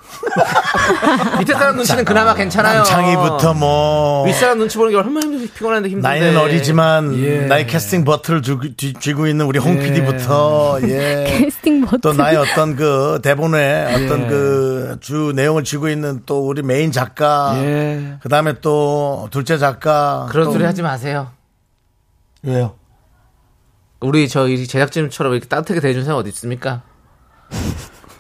밑에 사람 눈치는 그나마 괜찮아요.
창의부터 뭐
윗사람 눈치 보는 게 얼마나 힘들 피곤한데 힘든데.
나이는 어리지만
예.
나의 캐스팅 버튼을 쥐- 쥐- 쥐고 있는 우리 홍 PD부터
[laughs]
예.
[laughs] 캐스팅 뭐 버튼.
또 나의 어떤 그 대본에
예.
어떤 그 주 내용을 쥐고 있는 또 우리 메인 작가
예.
그 다음에 또 둘째 작가
그런 소리 하지 마세요.
왜요?
우리 저이 제작진처럼 이렇게 따뜻하게 대해준 사람 어디 있습니까?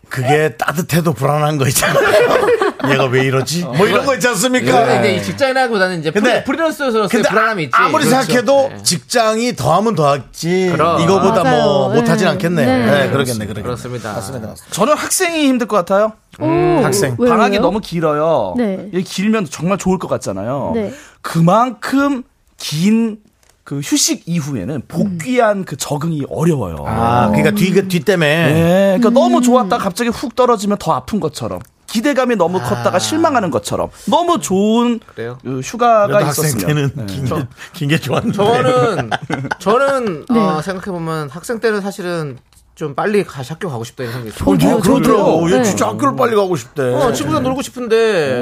그게 따뜻해도 불안한 거 있잖아요. [laughs] 얘가 왜
어.
이러지? 뭐 이런 거 있지 않습니까?
근데 이제 이 직장인하고보다는 이제
네. 근데-
프리- 프리랜서로서의
근데
불안함이 있지.
아, 아무리
그렇죠.
생각해도
네.
직장이 더하면 더하지.
그럼.
이거보다 뭐
맞아요.
못하진
네.
않겠네.
네.
네, 그러겠네, 그러겠네.
그렇습니다. 음. 맞습니다.
저는 학생이 힘들 것 같아요.
오,
학생.
왜요?
방학이
왜요?
너무 길어요.
네.
이게 길면 정말 좋을 것 같잖아요.
네.
그만큼 긴
그 휴식
음.
이후에는 복귀한 그 적응이 어려워요.
아, 그러니까 뒤, 그, 뒤
네.
때문에.
예,
음.
그러니까 너무 좋았다 갑자기 훅 떨어지면 더 아픈 것처럼 기대감이 너무
아.
컸다가 실망하는 것처럼 너무 좋은
그래요?
그 휴가가
그래도 학생
있었으면 네.
때는 긴 게, 긴게 좋았는데. [laughs]
저는 저는
네.
어, 생각해 보면 학생 때는 사실은 좀 빨리 가시 학교 가고 싶다 이런 생각이 있어요.
어, 그러더라고.
네.
얘 진짜 학교를 빨리 가고 싶대.
어, 친구랑 놀고 싶은데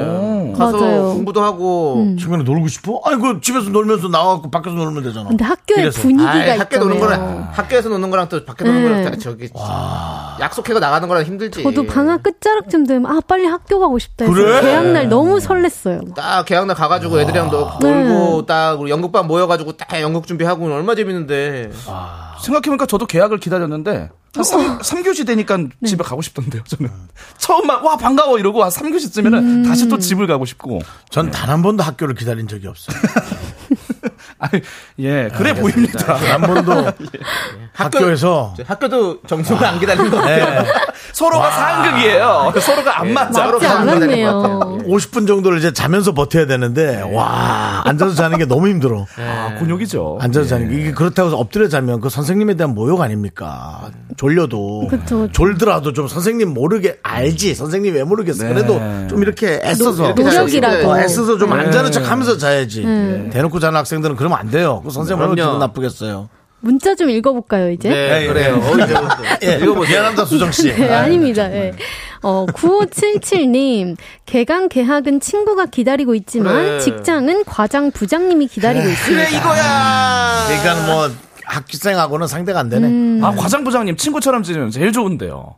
가서
네. 맞아요. 음.
공부도 하고
집에서 놀고 싶어? 아니, 그 집에서 놀면서 나와갖고 밖에서 놀면 되잖아.
근데 학교의
그래서.
분위기가
아이,
있잖아요.
학교 노는 거랑 학교에서 노는 거랑 또 밖에 노는
네.
거랑 다 저기 약속해서 나가는 거랑 힘들지.
저도 방학 끝자락쯤 되면 아 빨리 학교 가고 싶다 해서
그래?
개학날 너무 설렜어요. 뭐.
딱 개학날 가가지고 애들이랑 너-
네.
놀고 딱 우리 연극반 모여가지고 딱 연극 준비하고 얼마 재밌는데.
아,
생각해보니까 저도 계약을 기다렸는데 한
어.
3, 교시 되니까
네.
집에 가고 싶던데요 저는 [laughs] 처음 막와 반가워 이러고 한 3교시쯤에는 다시
음.
또 집을 가고 싶고
전 단 한 번도 학교를 기다린 적이 없어요.
아니, 예 그래 보입니다
단 한 번도 [laughs] 학교에서 네.
학교도 정수가 안 기다리는 거 같아요. [laughs]
서로가 상극이에요 서로가 안 맞아
서로
맞지
안 기다리는
않았네요.
것 같아요.
50분 정도를 이제 자면서 버텨야 되는데, 와, 앉아서 자는 게 너무 힘들어.
아, 곤욕이죠
앉아서 자는
예.
게. 이게 그렇다고 해서 엎드려 자면 그 선생님에 대한 모욕 아닙니까? 졸려도.
그쵸.
졸더라도 좀 선생님 모르게 알지. 선생님 왜 모르겠어.
네.
그래도 좀 이렇게 애써서.
노- 노력이라도.
어, 애써서
네.
좀 앉아는 척 하면서 자야지.
네.
대놓고 자는 학생들은 그러면 안 돼요. 그 선생님 얼마나
그럼요.
기분 나쁘겠어요.
문자 좀 읽어볼까요 이제?
네,
예,
그래요.
예. [laughs]
아,
예, 미안합니다, 수정씨.
네, 아닙니다. 예. 어, 9577님, 개강 개학은 친구가 기다리고 있지만
그래.
직장은 과장 부장님이
예.
기다리고 있습니다.
그러니까 뭐 학생하고는 상대가 안 되네.
음.
아 과장 부장님 친구처럼 지내면 제일 좋은데요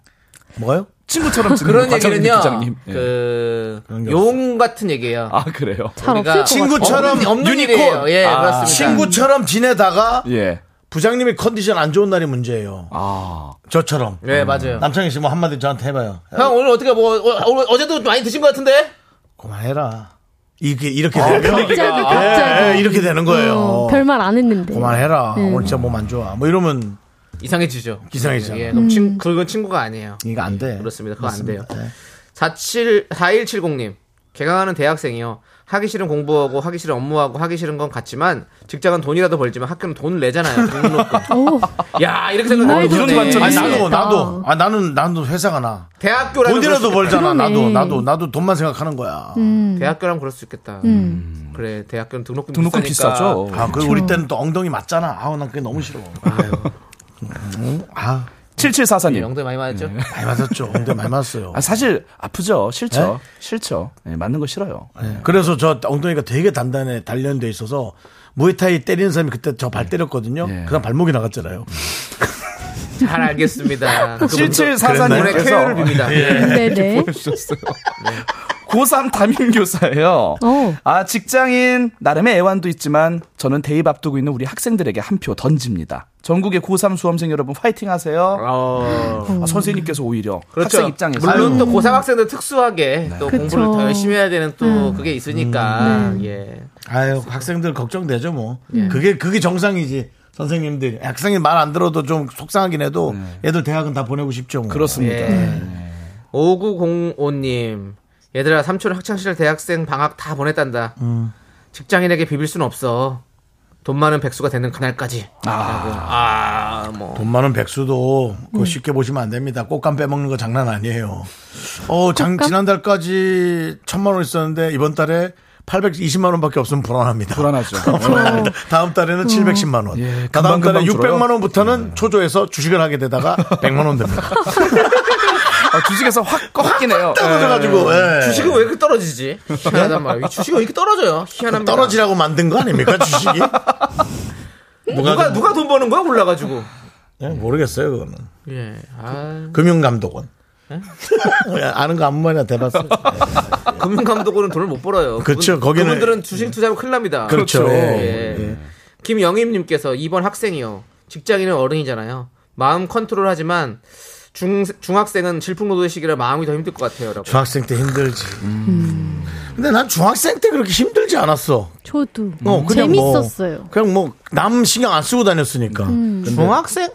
뭐요?
친구처럼 지내는
그런
과장님
얘기는요.
부장님 예.
그
게
용 같은 얘기예요.
아 그래요
잘 없을
우리가
것
친구처럼
없는, 없는
유니콘.
일이에요. 예,
아,
그렇습니다.
친구처럼 지내다가
예
부장님이 컨디션 안 좋은 날이 문제예요.
아,
저처럼.
네, 맞아요.
남창희 씨 뭐 한마디 저한테 해봐요.
형 오늘 어떻게 뭐 어, 어, 어제도 많이 드신 것 같은데?
그만해라. 이게 이렇게 되면
아, 갑자기,
예,
갑자기.
예, 이렇게 되는 거예요.
어, 별말 예. 안 했는데.
그만해라. 오늘 진짜 몸 안 좋아. 뭐 이러면
이상해지죠.
이상해지죠.
예, 그럼 친, 그건 친구가 아니에요.
이거 안 돼.
그렇습니다. 그거 안 돼요.
네.
47 4170님. 개강하는 대학생이요. 하기 싫은 공부하고 하기 싫은 업무하고 하기 싫은 건 같지만 직장은 돈이라도 벌지만 학교는 돈을 내잖아요. 등록금.
오,
야, 이렇게 생각하면
말도
모르네.
안 돼.
아니, 나도
재밌겠다.
나도 아 나는 나도 회사가 나.
대학교라면
돈이라도
그럴 수 있겠다.
벌잖아. 나도
그러네. 음.
나도 나도 돈만 생각하는 거야.
대학교라면 그럴 수 있겠다. 음. 그래, 대학교는 등록금
등록금
비싸니까.
비싸죠
아, 그리고 우리
그렇죠.
때는 또 엉덩이 맞잖아. 아우, 난 그게 너무 싫어. 음, 아,
7744님
영도 예, 많이 맞았죠?
많이 맞았죠. 엉덩이 많이 맞았어요.
아, 사실 아프죠. 싫죠. 싫죠. 예, 맞는 거 싫어요.
네. 그래서 저 엉덩이가 되게 단단해 단련돼 있어서 무에타이 때리는 사람이 그때 저 발 때렸거든요.
예.
그다음 발목이 나갔잖아요.
잘 알겠습니다.
[laughs] 네.
올해 쾌유를
7744님께서
빕니다.
[laughs]
예.
뭐,
네네.
보내주셨어요. 고3 담임 교사예요.
어.
아 직장인 나름의 애환도 있지만 저는 대입 앞두고 있는 우리 학생들에게 한 표 던집니다. 전국의 고3 수험생 여러분 파이팅하세요.
어,
아, 선생님께서 오히려
그렇죠.
학생 입장에서 네.
물론 또 고3 학생들 특수하게 또 공부를 더
그쵸.
열심히 해야 되는 또 그게 있으니까. 예.
아유, 학생들 걱정되죠, 뭐. 그게 그게 정상이지. 선생님들 학생이 말 안 들어도 좀 속상하긴 해도 애들 대학은 다 보내고 싶죠. 뭐.
그렇습니다.
예.
네.
5905님. 얘들아, 삼촌 학창시절 대학생 방학 다 보냈단다. 직장인에게 비빌 순 없어. 돈 많은 백수가 되는 그날까지. 아, 아 뭐.
돈 많은 백수도 그거 쉽게 보시면 안 됩니다. 꽃감 빼먹는 거 장난 아니에요. 어, 장, 지난달까지 천만 원 있었는데 이번 달에 820만 원밖에 없으면 불안합니다.
불안하죠.
[laughs] 불안합니다. 다음 달에는 710만 원. 다음 달에
금방
600만
줄어요.
원부터는 초조해서 주식을 하게 되다가 [laughs] 100만 원 됩니다.
아, 주식에서 확 꺾긴 해요.
떨어져가지고 예.
주식은 왜 이렇게 떨어지지? 희한하단 말이야. 이 주식은 왜 이렇게 떨어져요? 희한합니다.
떨어지라고 만든 거 아닙니까 주식이? 그-
누가, 누가 돈 버는 거야? 올라가지고.
예, 모르겠어요 그거는.
예. 아,
금융감독원. 예, 아는 거 아무 말이나 대봤어요.
금융감독원은 돈을 못
그쵸,
벌어요. 그분-
그렇죠. 거기는- 네.
그분들은 주식 투자하면 큰일 납니다.
그렇죠.
예.
예.
김영임님께서 이번 학생이요. 직장인은 어른이잖아요. 마음 컨트롤 하지만 중, 중학생은 질풍노도의 시기라 마음이 더 힘들 것 같아요. 라고.
중학생 때 힘들지. 근데 난 중학생 때 그렇게 힘들지 않았어.
저도
어, 그냥
재밌었어요.
뭐, 그냥 뭐 남 신경 안 쓰고 다녔으니까.
음. 중학생?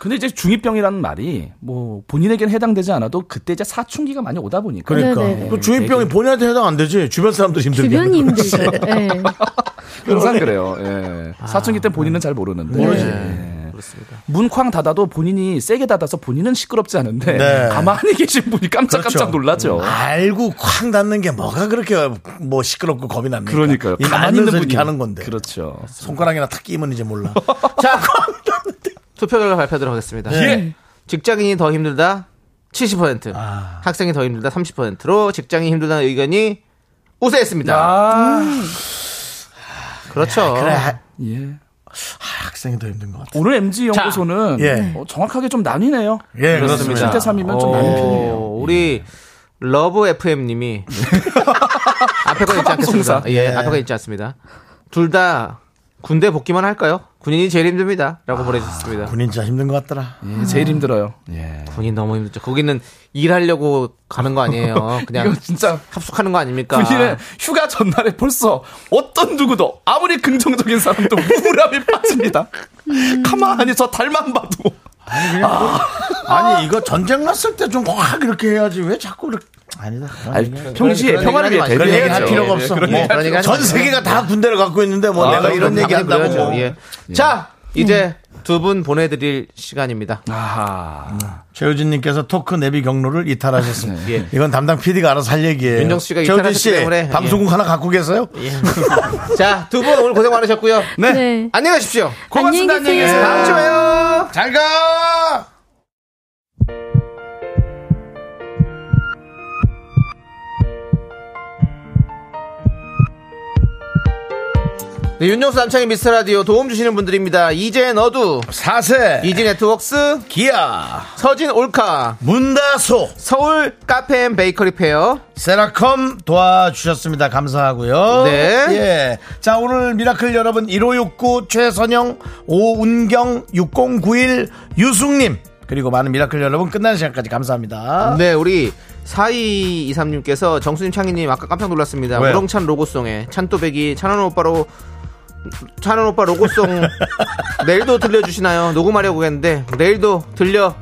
근데 이제 중이병이라는 말이 뭐 본인에게는 해당되지 않아도 그때 이제 사춘기가 많이 오다 보니까
그러니까
네네.
그 중이병이 본인한테 해당 안 되지 주변 사람들 힘들게. [laughs]
주변이 뭐-
하는 거지.
힘들죠. 예.
항상 그래요. 예.
아,
사춘기 때 본인은 잘 모르는데.
모르지. 네,
예. 문쾅 닫아도 본인이 세게 닫아서 본인은 시끄럽지 않은데
네.
가만히 계신 분이 깜짝깜짝
그렇죠.
놀라죠.
알고 쾅 닫는 게 뭐가 그렇게 뭐 시끄럽고 겁이 납니까?
그러니까요.
이
가만히 있는
가만히
분이.
이렇게 하는 건데.
그렇죠.
손가락이나 탁 끼면 이제 몰라.
아,
자, 쾅 닫는데.
투표 결과 발표하도록 하겠습니다.
예.
직장인이 더 힘들다 70%,
아.
아.
학생이 더 힘들다 30%로 직장인 힘들다는 의견이
아.
우세했습니다. 그렇죠.
그래, 하-
아, 예.
학생이 더 힘든 것 같아.
오늘 MG 연구소는
예.
어, 정확하게 좀 나뉘네요.
예,
그렇습니다.
그렇습니다. 어.
7대 3이면 좀
오,
나는 편이에요.
우리 러브
[laughs]
FM님이 앞에 거 있지 않겠습니다.
방송사.
예,
네.
앞에 거 있지 않습니다. 둘 다 군대 복귀만 할까요? 군인이 제일 힘듭니다라고 보내주셨습니다.
아, 군인 진짜 힘든 것 같더라.
예, 제일 힘들어요. 예.
군인 너무 힘들죠. 거기는 일하려고 가는
[laughs]
거 아니에요. 그냥
이거 진짜
합숙하는 거 아닙니까?
군인은 휴가 전날에 벌써 어떤 누구도 아무리 긍정적인 사람도 우울함이 빠집니다.
음.
가만히 저 달만 봐도
아니, 이거 전쟁 났을 때 좀 확 이렇게 해야지. 왜 자꾸 이렇게. 아니다. 그런 얘기 하지 마.
평시에
네, 그런
평화를
얘기
위해
하지
그런 얘기
마세요.
할
예,
필요가
예,
없어.
그런
뭐
얘기 하지 마세요.
전 세계가 다 군대를 갖고 있는데 뭐 내가
아,
이런
그럼
얘기
당연히
한다고 뭐. 음.
그래야죠. 예. 자, 이제 두 분 보내드릴 시간입니다.
아하.
최효진님께서 토크 내비 경로를 이탈하셨습니다.
예.
이건 담당 PD가 알아서 할 얘기예요.
윤정수 씨가
최효진
이탈하셨기
씨,
때문에. 예.
방송국 하나 갖고 계세요?
자, 두 분 오늘 고생 많으셨고요.
네.
안녕히 가십시오.
고맙습니다. 안녕히 계세요.
다음 주에 요
잘 가!
네, 윤정수 남창의 미스터 라디오 도움 주시는 분들입니다. 이젠 어두,
4세
이지 네트웍스,
기아
서진 올카,
문다소
서울 카페 앤 베이커리 페어,
세라컴 도와주셨습니다. 감사하고요.
네.
예. 자, 오늘 미라클 여러분 1569 최선영 오운경 6091 유숙님 그리고 많은 미라클 여러분 끝나는 시간까지 감사합니다.
네, 우리 4223님께서 정수님 창희님 아까 깜짝 놀랐습니다.
왜요?
우렁찬 로고송에 찬또배기 찬원 오빠로 찬원
[laughs]
오빠 로고송 내일도 들려주시나요? 녹음하려고 했는데 내일도 들려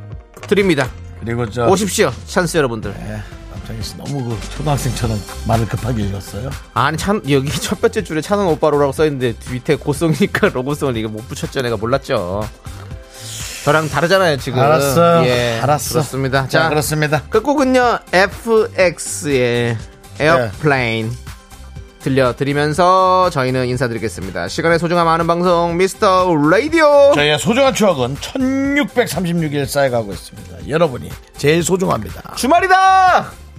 드립니다.
그리고 저
오십시오, 찬스 여러분들.
예, 남창희 씨 너무 그 초등학생처럼 말을 급하게 읽었어요.
아니 찬 여기 첫 번째 줄에 찬원 오빠로라고 써있는데 밑에 고송이니까 [laughs] 로고송을 이거 못 붙였죠. 내가 몰랐죠. 저랑 다르잖아요 지금.
알았어요.
예,
알았어.
그렇습니다.
자,
자,
그렇습니다.
끝곡은요 FX의 에어플레인 들려드리면서 저희는 인사드리겠습니다. 시간의 소중함 아는 방송 미스터 라디오.
저희의 소중한 추억은 1636일 쌓여가고 있습니다. 여러분이 제일 소중합니다.
주말이다.